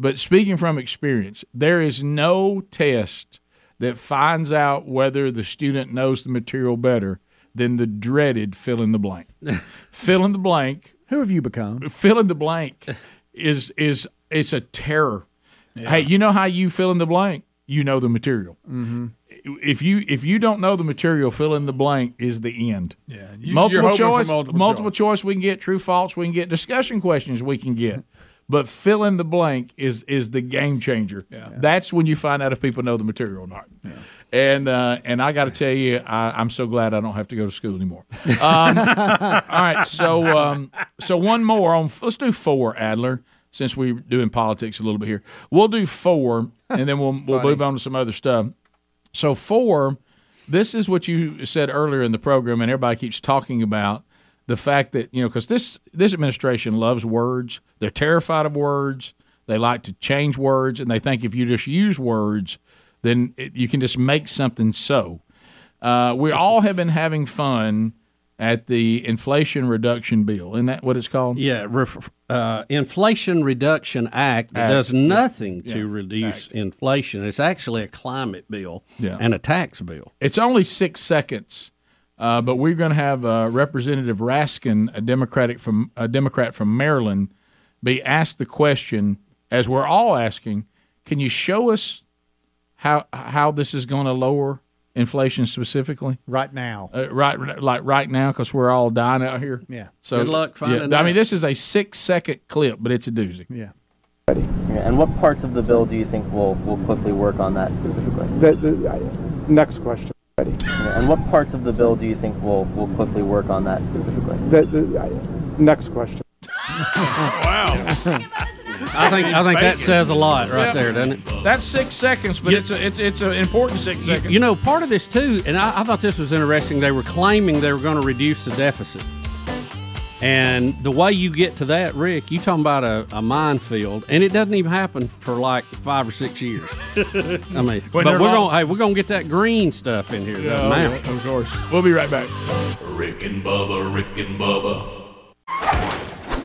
S2: But speaking from experience, there is no test that finds out whether the student knows the material better than the dreaded fill in the blank. fill in the blank.
S6: Who have you become?
S2: Fill in the blank is is it's a terror. Hey, you know how you fill in the blank? You know the material.
S5: Mm-hmm.
S2: If you if you don't know the material, fill in the blank is the end.
S5: Yeah,
S2: multiple choice, multiple,
S5: multiple, multiple
S2: choice. we can get, true false we can get, discussion questions we can get. But fill in the blank is is the game changer. That's when you find out if people know the material or not. And uh, and I got to tell you, I, I'm so glad I don't have to go to school anymore. Um, all right, so um, so one more on. Let's do four, Adler. Since we're doing politics a little bit here, we'll do four, and then we'll we'll
S5: Funny.
S2: move on to some other stuff. So four, this is what you said earlier in the program, and everybody keeps talking about the fact that you know because this this administration loves words. They're terrified of words. They like to change words, and they think if you just use words, then it, you can just make something so. Uh, we all have been having fun at the Inflation Reduction Bill. Isn't that what it's called?
S3: Yeah, ref, uh, Inflation Reduction Act that
S2: Act,
S3: does
S2: yeah.
S3: nothing
S2: Yeah,
S3: to reduce inflation. It's actually a climate bill
S2: Yeah.
S3: and a tax bill.
S2: It's only six seconds, uh, but we're going to have uh, Representative Raskin, a Democratic from a Democrat from Maryland, be asked the question, as we're all asking, can you show us how how this is going to lower inflation specifically?
S6: Right now.
S2: Uh, right, like right now, because we're all dying out here.
S6: Yeah.
S2: So
S6: Good luck finding
S2: I mean,
S6: out.
S2: this is a six-second clip, but it's a doozy.
S6: Yeah.
S14: And what parts of the bill do you think will will quickly work on that specifically?
S15: Next question.
S14: And what parts of the bill do you think will will quickly work on that specifically?
S15: Next question.
S2: Wow.
S3: I think I think that says a lot right
S2: Yep.
S3: there, doesn't it?
S2: That's six seconds, but
S3: You-
S2: it's a it's it's an important six
S3: You-
S2: seconds.
S3: You know, part of this too, and I, I thought this was interesting. They were claiming they were going to reduce the deficit, and the way you get to that, Rick, you talking about a, a minefield, and it doesn't even happen for like five or six years. I mean,
S2: When
S3: but
S2: they're
S3: we're
S2: long-
S3: gonna hey, we're gonna get that green stuff in here. that
S4: Yeah,
S3: amount.
S2: of course. We'll be right back.
S4: Rick and Bubba, Rick and Bubba.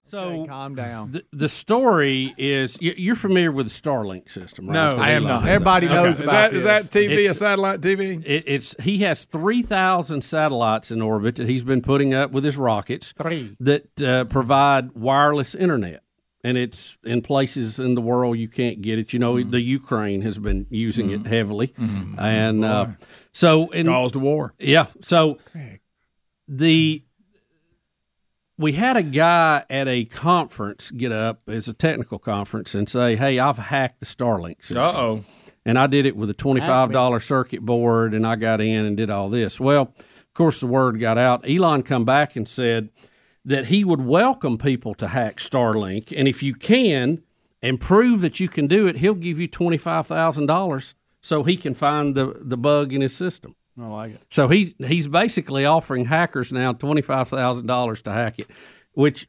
S3: So
S6: calm down.
S3: The, the story is you- you're familiar with the Starlink system, right?
S5: No,
S3: Mr.
S5: I am
S3: Elon.
S5: not. Everybody
S3: Okay.
S5: knows Is about that- is this. that TV, a
S3: It's-
S5: satellite TV?
S3: It, it's he has three thousand satellites in orbit that he's been putting up with his rockets that uh, provide wireless internet, and it's in places in the world you can't get it. You know, the Ukraine has been using it heavily, and uh, so in,
S5: caused war.
S3: Yeah, so the we had a guy at a conference get up, it's a technical conference, and say, "Hey, I've hacked the Starlink system."
S2: Uh-oh.
S3: And I did it with a twenty-five dollar circuit board, and I got in and did all this. Well, of course, the word got out. Elon come back and said that he would welcome people to hack Starlink, and if you can and prove that you can do it, he'll give you twenty-five thousand dollars so he can find the the bug in his system.
S6: I like it.
S3: So he's he's basically offering hackers now twenty five thousand dollars to hack it, which.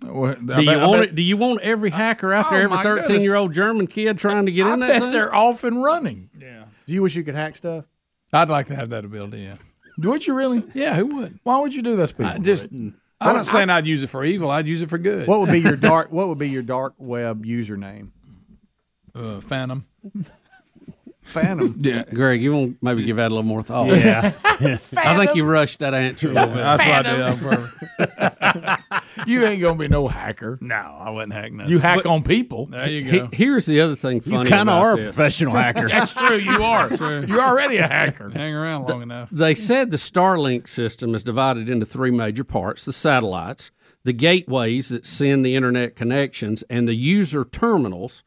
S3: do
S2: I
S3: you
S2: bet- I
S3: want
S2: bet-
S3: it? Do you want every hacker out
S2: Oh,
S3: there, every
S2: my goodness.
S3: thirteen-year-old German kid trying to get
S2: I
S3: in that
S2: bet
S3: thing?
S2: they're off and running.
S6: Do you wish you could hack stuff?
S5: I'd like to have that ability. Yeah.
S2: Would you really?
S5: Yeah. Who would?
S2: Why would you do this? People?
S5: I just. I'm not saying I'd use it for evil. I'd use it for good.
S6: What would be your dark? What would be your dark web username?
S5: Uh, Phantom.
S6: Phantom.
S3: Yeah, Greg, you want maybe give that a little more thought.
S5: Yeah.
S3: I think you rushed that answer a little bit.
S5: That's what I did on purpose.
S2: you ain't gonna be no hacker.
S5: No, I wouldn't hack nothing.
S2: You hack
S5: But-
S2: on people.
S5: There you go.
S3: He- here's the other thing funny.
S5: kinda
S3: about
S5: are a
S3: this.
S5: professional hacker.
S2: That's true. You are.
S5: That's true.
S2: You're already a hacker.
S5: Hang around long enough.
S3: They said the Starlink system is divided into three major parts the satellites, the gateways that send the internet connections, and the user terminals,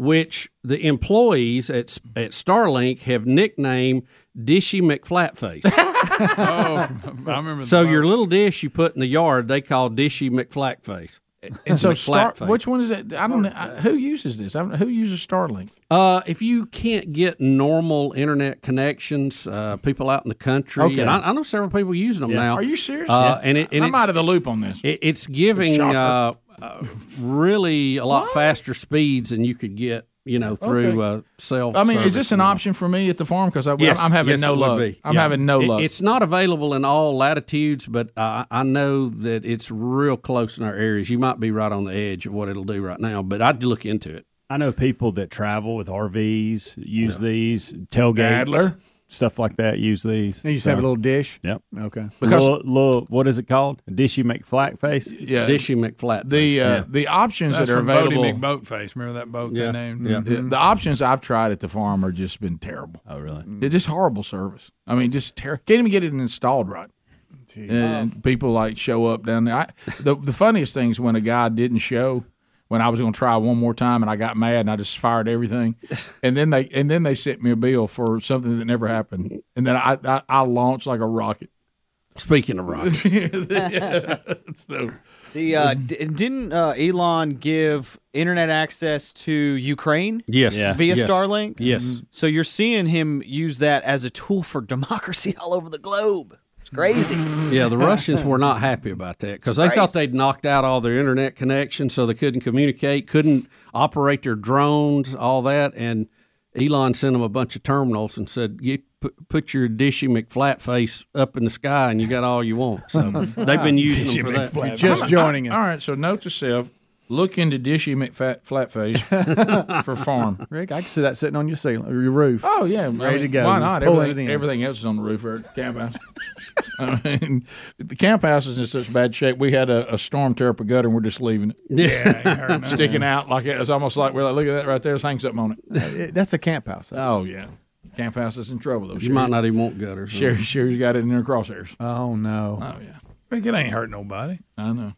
S3: which the employees at, at Starlink have nicknamed Dishy McFlatface.
S5: Oh, I remember.
S3: so your little dish you put in the yard, they call Dishy McFlatface.
S2: And so, Star,
S3: McFlatface.
S2: which one is it? I don't know. I- Who uses this? I don't, who uses Starlink?
S3: Uh, if you can't get normal internet connections, uh, people out in the country,
S2: Okay.
S3: and I, I know several people using them
S2: Yeah.
S3: now.
S2: Are you serious?
S3: Uh,
S2: Yeah.
S3: And, it, and
S2: I'm
S3: it's-
S2: out of the loop on this.
S3: It, it's giving
S2: Shocker.
S3: uh, uh, really a lot faster speeds than you could get, you know, through
S2: Okay.
S3: uh, cell.
S2: I mean, is
S3: service
S2: this
S3: and
S2: an
S3: all.
S2: option for me at the farm? Because I'm,
S3: Yes,
S2: I'm having
S3: yes,
S2: no
S3: it would
S2: luck.
S3: be.
S2: I'm
S3: Yeah.
S2: having no
S3: It-
S2: luck.
S3: It's not available in all latitudes, but I, I know that it's real close in our areas. You might be right on the edge of what it'll do right now, but I'd look into it.
S9: I know people that travel with RVs use these tailgates,
S6: Adler?
S9: stuff like that. Use these.
S6: And you just have a little dish?
S9: Yep.
S6: Okay.
S9: Because
S6: Because-
S9: little, little- what is it called? A dishy McFlatface.
S2: Yeah. Dishy
S3: McFlatface.
S2: The, uh, the options
S5: That's
S2: that are
S5: from
S2: available.
S5: Bodie McBoatface. Remember that boat they named?
S2: The,
S3: Mm-hmm.
S2: the options I've tried at the farm are just been terrible.
S9: Oh, really?
S2: It's just horrible service. I mean, just terrible. Can't even get it installed right. And people like show up down there. I, the the funniest thing is when a guy didn't show. When I was going to try one more time, and I got mad, and I just fired everything, and then they and then they sent me a bill for something that never happened, and then I I, I launched like a rocket.
S3: Speaking of rockets,
S2: so,
S7: The uh, d- didn't uh, Elon give internet access to Ukraine?
S3: Yes. Yeah.
S7: via
S3: Yes.
S7: Starlink. Mm-hmm.
S3: Yes. Mhm.
S7: So you're seeing him use that as a tool for democracy all over the globe. It's crazy.
S3: Yeah, the Russians were not happy about that because they thought they'd knocked out all their internet connections, so they couldn't communicate, couldn't operate their drones, all that. And Elon sent them a bunch of terminals and said, "You put, put your dishy McFlatface up in the sky, and you got all you want." So they've been using them for that.
S2: us. All right, so note to self: look into Dishy McFat Flatface for farm.
S6: Rick, I can see that sitting on your ceiling or your roof.
S2: Oh yeah, I
S6: ready
S2: mean,
S6: to go.
S2: Why
S6: Just
S2: not?
S6: pull it
S2: Everything,
S6: in.
S2: everything else is on the roof or at the camp house. I mean, the camp house is in such bad shape. We had a, a storm tear up a gutter, and we're just leaving it.
S5: Yeah, I heard about that.
S2: sticking out like it. It's almost like we're like, look at that right there. Let's hang something on it.
S6: Uh, That's a camp house.
S2: oh yeah, camp house is in trouble though.
S6: You
S2: Sherry.
S6: might not even want gutters.
S2: Sherry, Sherry's got it in her crosshairs.
S6: Oh no.
S2: Oh yeah.
S5: Rick, it ain't hurt nobody.
S2: I know.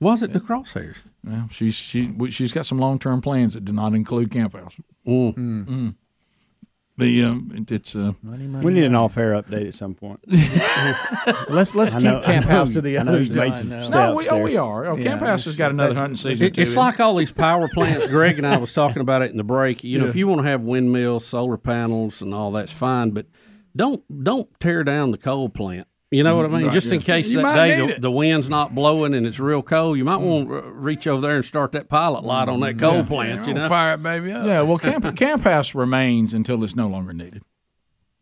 S3: Was it the crosshairs?
S2: Well, she's she w- she's got some long term plans that do not include camp house. Mm. The um, it, it's uh,
S9: Hmm.
S2: oh,
S9: we need an off-air update at some point.
S6: let's let's
S9: I
S6: keep
S9: know-
S6: camp
S9: I know-
S6: house to the
S9: I know
S6: others
S9: you've made
S6: done,
S9: some
S6: no.
S2: no, we
S9: steps
S2: oh, we
S9: there.
S2: are. Oh,
S9: Yeah.
S2: camp house has got another hunting season.
S3: It- it's
S2: too.
S3: like all these power plants. Greg and I was talking about it in the break. You know,
S2: Yeah.
S3: if you want to have windmills, solar panels, and all that's fine, but don't don't tear down the coal plant. You know what I mean?
S2: Mm-hmm. Right,
S3: Just in
S2: yeah.
S3: case
S2: You
S3: that
S2: might
S3: day
S2: need
S3: the,
S2: it.
S3: the wind's not blowing and it's real cold, you might want to reach over there and start that pilot light on that coal
S2: Mm. Mm-hmm. Yeah.
S3: plant. You
S5: Don't
S3: know,
S5: fire it, baby. Up.
S2: Yeah, well,
S3: uh,
S2: camp camp house remains until it's no longer needed.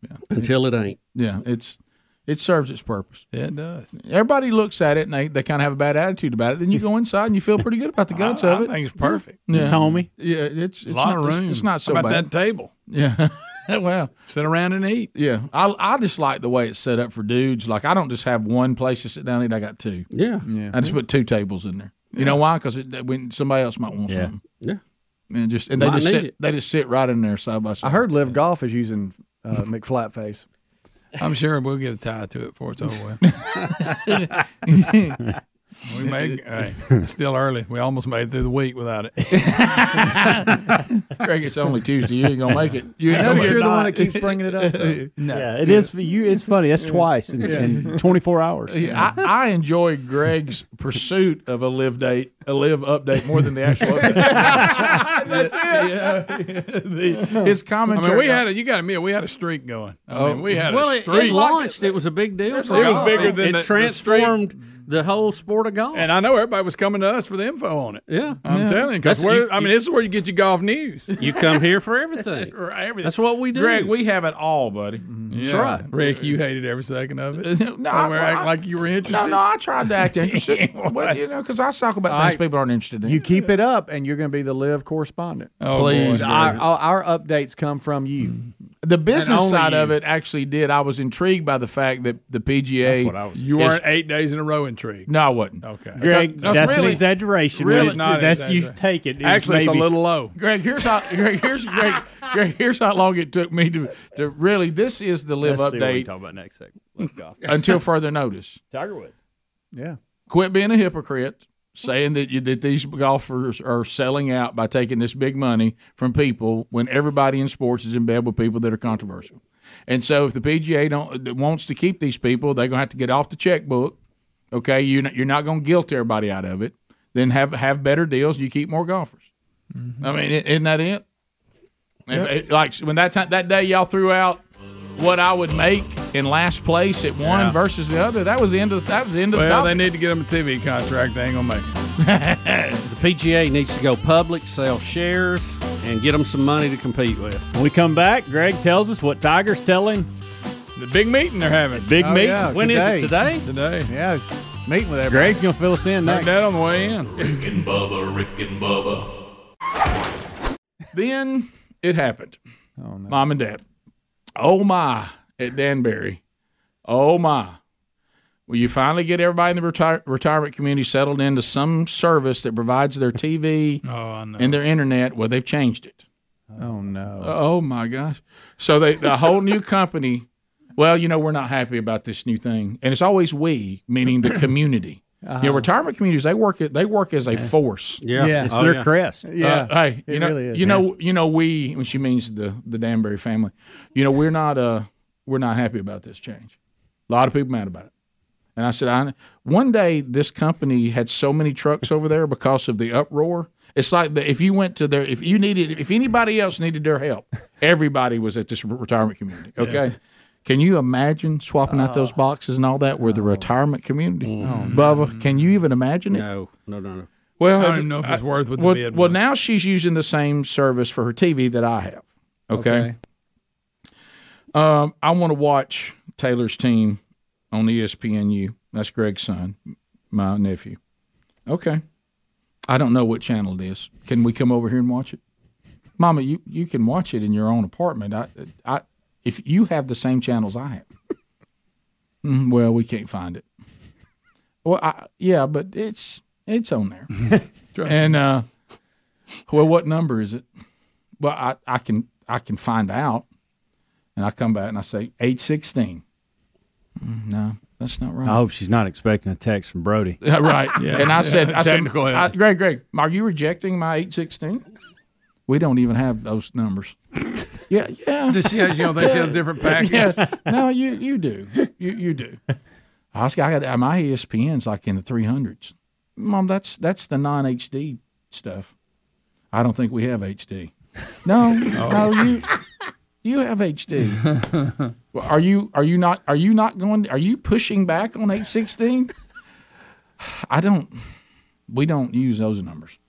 S2: Yeah.
S3: Until it ain't.
S2: Yeah, it's it serves its purpose.
S5: Yeah, it does.
S2: Everybody looks at it and they, they kind of have a bad attitude about it. Then you go inside and you feel pretty good about the guts
S5: I
S2: of it.
S5: think it's perfect.
S2: Yeah.
S5: It's homey.
S2: Yeah, it's,
S5: a
S2: it's
S5: lot
S2: not,
S5: of
S2: it's-
S5: room.
S2: It's, not so
S5: How about
S2: bad.
S5: that table.
S2: Yeah. well,
S5: sit around and eat.
S2: Yeah, I I just like the way it's set up for dudes. Like I don't just have one place to sit down and eat. I got two.
S3: Yeah,
S6: yeah.
S2: I just put two tables in there. You know why? Because when somebody else might want
S6: Yeah.
S2: something.
S3: Yeah.
S2: And just and they
S6: Might
S2: just
S6: need
S2: sit
S6: it.
S2: they just sit right in there side by side.
S6: I heard Live Golf is using uh, McFlatface.
S5: I'm sure we'll get a tie to it before it's over with. we made hey, it's still early. We almost made it through the week without it.
S2: Greg, it's only Tuesday. You ain't gonna make it. You ain't
S9: I know
S2: gonna make
S9: you're
S2: it.
S9: the one that
S6: keeps bringing it up, though.
S5: No.
S9: Yeah, it is for you. It's funny. That's twice in,
S2: Yeah.
S9: in 24 hours.
S2: Yeah, I, I enjoy Greg's pursuit of a live date, a live update more than the actual update. That's it. his commentary.
S5: I mean, we had a, you got a meal. We had a streak going. I mean, we had
S3: well,
S5: a
S3: it,
S5: streak.
S3: it launched. It was a big deal.
S5: It
S3: for
S5: was
S3: golf.
S5: bigger
S3: It-
S5: than
S3: it
S5: the- the
S3: transformed the, whole sport of golf.
S5: And I know everybody was coming to us for the info on it.
S3: Yeah,
S5: I'm
S3: Yeah.
S5: telling you, because
S3: That's- you-
S5: we're. I mean,
S3: you-
S5: this is where you get your golf news.
S3: You come here for everything.
S2: everything.
S3: That's what we do.
S2: Greg, we have it all, buddy.
S5: Mm-hmm. Yeah. Rick. You hated every second of it.
S2: No,
S5: Somewhere
S2: I-
S5: acting like you were interested.
S2: No, no, I tried to act interested. well, you know, because I talk about
S6: All
S2: things
S6: right.
S2: people aren't interested in.
S6: You keep it up, and you're going to be the live correspondent.
S2: Oh, Please, boy.
S6: our,
S2: David.
S6: our, our updates come from you.
S2: The business
S6: Mm-hmm. And only
S2: side of
S6: you.
S2: it actually did. I was intrigued by the fact that the PGA.
S5: That's what I was- You weren't eight days in a row intrigued.
S2: No, I wasn't.
S5: Okay,
S2: Greg, That's that's an really- exaggeration. really That's not an that's- you exaggeration.
S5: take
S2: it. It's
S5: Actually, it's
S2: maybe-
S5: a little low.
S2: Greg, here's how Greg, here's Greg, Greg, here's how long it took me to to really. This is the live
S9: Let's see what we
S2: update
S9: talk about next segment. Let's go.
S2: until further notice.
S9: Tiger Woods.
S6: Yeah.
S2: Quit being a hypocrite, saying that you, that these golfers are selling out by taking this big money from people when everybody in sports is in bed with people that are controversial. And so, if the PGA don't wants to keep these people, they're gonna have to get off the checkbook. Okay, you you're not gonna guilt everybody out of it. then have have better deals. You keep more golfers. I mean, i- isn't that it? If-
S5: Yep.
S2: it- like when that time, that day y'all threw out what I would make in last place at one
S5: Yeah.
S2: versus the other. That was the end of that was the end of
S5: Well,
S2: the
S5: they
S2: topic.
S5: need to get him a TV contract. They ain't gonna make. it.
S3: the PGA needs to go public, sell shares, and get them some money to compete with.
S9: When we come back, Greg tells us what Tiger's telling.
S5: The big meeting they're having.
S9: Big
S3: Oh,
S9: meeting.
S3: yeah, When is it, today?
S5: Today.
S6: Yeah, meeting with everybody.
S9: Greg's gonna fill us
S5: Heard
S9: in next.
S5: that on the way in.
S4: Rick and Bubba, Rick and Bubba.
S2: Then it happened. Mom and Dad. Oh my! At Danbury. Oh my! Will you finally get everybody in the retire- retirement community settled into some service that provides their TV
S5: Oh, I know.
S2: and their internet? Well, they've changed it.
S6: Oh no.
S2: Oh my gosh! So they the whole new company. Well, you know we're not happy about this new thing, and it's always we, meaning the community. You know, retirement communities they work it. They work as a force.
S9: Uh-huh. Yeah. Yeah. It's their crest.
S2: Uh,
S9: Yeah.
S2: hey,
S9: It
S2: you know,
S9: really is.
S2: you know, you know, we. When she means the the Danbury family, you know, we're not uh we're not happy about this change. A lot of people mad about it. And I said, I one day this company had so many trucks over there because of the uproar. It's like the, if you went to their, if you needed, if anybody else needed their help, everybody was at this retirement community. Okay. Can you imagine swapping out those boxes and all that with the retirement community? Bubba, can you even imagine it?
S3: No, no, no, no.
S2: Well,
S5: I don't
S2: if-
S5: even know if it's worth what the
S2: well,
S5: bid
S2: well, now she's using the same service for her TV that I have. Okay. Um, I want to watch Taylor's team on E ESPNU. That's Greg's son, my nephew. Okay. I don't know what channel it is. Can we come over here and watch it? Mama, you, you can watch it in your own apartment. I, I, if you have the same channels I have. "Mm, well, we can't find it. Well, I, yeah, but it's it's on there. and uh, well, what number is it? Well, I, I can I can find out. And I come back and I say eight sixteen. Mm, No, that's not right.
S9: I hope she's not expecting a text from Brody.
S2: Yeah, right. And I said, I said,
S9: Technical
S2: I, Greg, Greg, are you rejecting my eight sixteen? We don't even have those numbers. yeah, yeah.
S5: Does she has- you don't think she has a different package?
S2: Yeah. No, you you do. You you do. Oscar, I E got my ESPN's like in the three hundreds. Mom, that's that's the non HD stuff. I don't think we have HD. No, no, you you have HD. Well, are you are you not are you not going? Are you pushing back on eight sixteen? I don't. We don't use those numbers.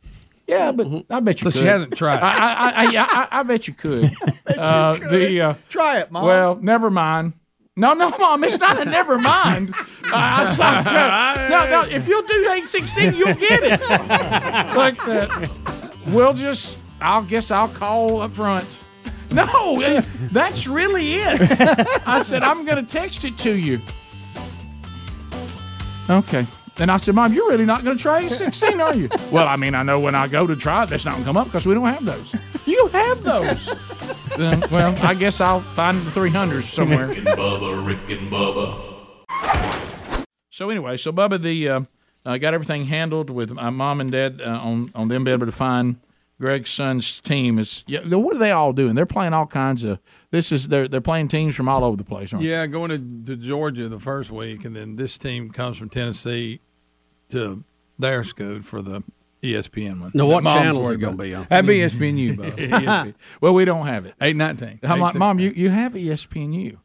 S2: Yeah, but I bet you.
S5: So she
S2: could.
S5: hasn't tried.
S2: I I, I, I, I, I bet you could. uh, The uh,
S6: Try it, Mom.
S2: Well, never mind. No, no, mom, it's not a never mind. Uh, I, I, no, no, if you'll do eight sixteen, you'll get it. like that. We'll just. I'll guess I'll call up front. No, eh, that's really it. I said I'm going to text it to you. Okay. And I said, Mom, you're really not going to try 16, are you? well, I mean, I know when I go to try it, that's not going to come up because we don't have those. You have those. Then, well, I guess I'll find the 300s somewhere.
S4: Rick and Bubba, Rick and Bubba.
S2: So anyway, so Bubba, the uh, uh, got everything handled with my mom and dad uh, on on them being able to find Greg's son's team. Is yeah, what are they all doing? They're playing all kinds of. This is they're they're playing teams from all over the place. Aren't
S5: Yeah, going to, to Georgia the first week, and then this team comes from Tennessee to their school for the E ESPN one.
S3: Now, what
S5: Mom's
S3: channels
S5: worried
S3: it gonna
S5: about.
S3: be on?
S5: That'd be ESPNU,
S2: they?
S5: bud.
S2: well, we don't have it.
S5: Eight nineteen.
S2: I'm like, Mom, you, you have E ESPNU,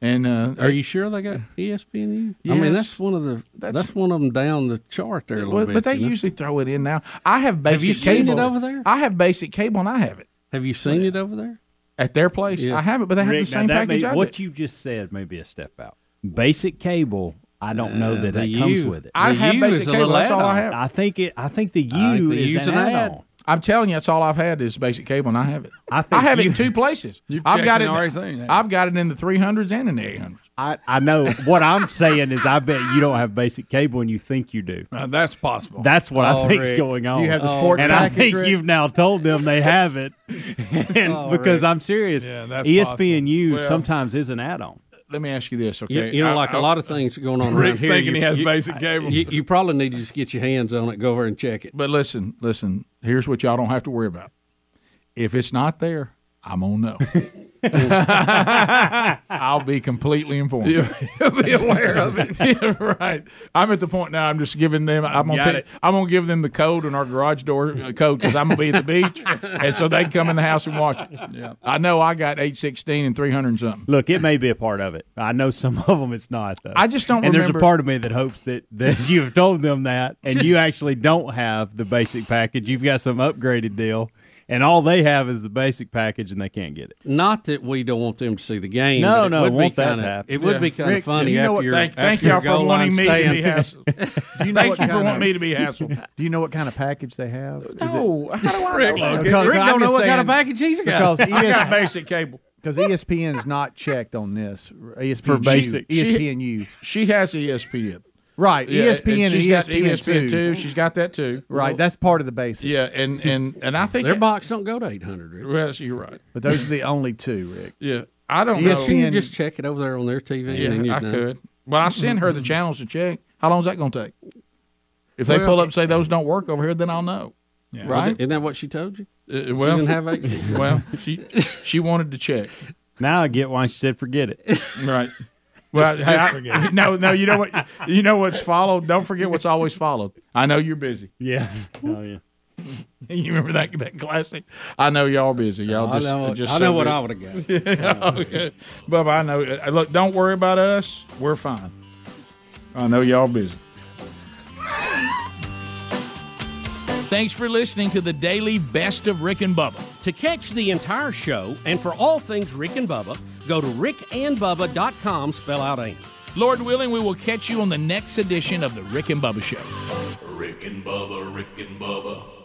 S2: and uh,
S3: Are you sure they got E ESPN? I
S2: Yes.
S3: mean, that's one of the that's, one of them down the chart there a little
S2: Well,
S3: bit.
S2: but they
S3: you know?
S2: usually throw it in now. I have basic
S3: Have you seen
S2: cable
S3: it over there?
S2: I have basic cable and I have it
S3: Have you seen it over there?
S2: at their place.
S3: Yeah.
S2: I have it, but they have the
S9: Rick, now
S2: same
S9: that
S2: package.
S9: may-
S2: I
S9: what
S2: do.
S9: you just said may be a step out. Basic cable. I don't know
S3: Uh,
S9: that
S3: the
S9: that comes
S3: U.
S9: with it.
S2: I
S3: The
S2: have
S3: U
S2: basic
S3: is a
S2: cable.
S3: little
S2: That's all I have.
S3: add-on.
S9: I think it. I think the U
S3: I think the
S9: is
S3: U's
S9: an
S3: an
S9: add-on.
S3: add-on.
S2: I'm telling you, that's all I've had is basic cable, and I have it.
S9: I
S2: I
S9: think
S2: have it
S9: you-
S2: in two places.
S5: You've
S2: I've got
S5: checked
S2: it.
S5: and already seen it.
S2: I've got it in the 300s and in the 800s.
S9: I, I know what I'm saying is I bet you don't have basic cable and you think you do.
S5: Uh, that's possible.
S9: That's what
S5: Oh,
S9: I think's
S5: Rick.
S9: going on.
S5: Do you have the sports
S9: and
S5: package,
S9: I think
S5: Rick? Oh,
S9: you've now told them they have it, and because I'm serious. E
S5: Yeah, that's
S9: ESPNU
S5: possible. Well-
S9: sometimes is an add-on.
S2: Let me ask you this, okay?
S3: You, you know,
S2: I-
S3: like a
S2: I-
S3: lot of things going on around
S5: Rick's
S3: here.
S5: thinking
S3: you-
S5: he has
S3: you-
S5: basic cable.
S3: You, you probably need to just get your hands on it, go over and check it.
S2: But listen, listen. Here's what y'all don't have to worry about. If it's not there, I'm gonna know. I'll be completely informed.
S5: You'll be aware of it.
S2: Yeah, right. I'm at the point now. I'm just giving them. I'm gonna.
S5: Got
S2: take-
S5: it.
S2: I'm gonna give them the code and our garage door uh, code because I'm gonna be at the beach, and so they can come in the house and watch it. I know I got eight sixteen and three hundred and something.
S9: Look, it may be a part of it. I know some of them it's not. Though.
S2: I just don't
S9: And there's
S2: remember-
S9: a part of me that hopes that, that you have told them that, and
S2: Just-
S9: you actually don't have the basic package. You've got some upgraded deal, and all they have is the basic package, and they can't get it.
S3: Not that we don't want them to see the game.
S9: No,
S3: but it
S9: no,
S3: would be
S9: won't that
S3: kinda,
S9: happen.
S3: It would
S9: Yeah.
S3: be kind of
S9: Rick,
S3: funny
S9: you know
S3: after
S9: what-
S3: your.
S9: thank-
S3: after
S9: thank
S3: your
S9: y'all for
S3: goal line
S9: wanting me to be
S3: stand.
S9: hassled.
S2: Do you know what kind of-
S6: Do you know what kind of package they have?
S2: No, how do I
S6: Rick,
S2: know?
S6: look, Because Rick I'm don't know just what kind of saying- package he's got. because E
S2: I got
S6: ES
S2: basic cable.
S6: Because E ESPN is not checked on this. E ESPN
S2: For basic.
S6: ESPNU.
S2: She has E ESPN.
S6: Right, E ESPN and
S2: she's got E
S6: ESPN
S2: ESPN
S6: too.
S2: too. She's got that too.
S6: Right, that's part of the basic.
S2: Yeah, and and and I think
S3: Their box don't go to eight hundred.
S2: Well, you're right.
S6: But those are the only two, Rick.
S2: Yeah, I don't know.
S3: Yes, you can just check it over there on their TV.
S2: Yeah,
S3: and then you'd
S2: I
S3: know.
S2: could. But I send her the
S6: Mm-hmm.
S2: channels to check. How long is that going to take? If they
S3: Well-
S2: pull up and say those don't work over here, then I'll know. Right?
S3: Isn't that what she told you?
S2: Uh,
S3: she
S2: well,
S3: didn't have eight.
S2: well, she she wanted to check.
S9: Now I get why she said forget it.
S2: Right. Well,
S9: Just-
S2: hey,
S9: just
S2: I-
S9: forget it.
S2: no, no. You know what? You know what's followed. Don't forget what's always followed. I know you're busy.
S9: Yeah. Oh yeah.
S2: You remember that that classic? I know y'all are busy. Y'all
S3: I
S2: just
S3: know-
S2: just
S3: I
S2: so
S3: know what
S2: good. Oh,
S3: I would've got.
S2: yeah,
S5: Oh,
S2: okay. Bubba, I know. uh, Look, don't worry about us. We're fine. I know y'all busy. Thanks for listening to the daily best of Rick and Bubba.
S3: To catch the entire show and for all things Rick and Bubba, go to rickandbubba.com, spell out AIM.
S2: Lord willing, we will catch you on the next edition of the Rick and Bubba Show.
S4: Rick and Bubba, Rick and Bubba.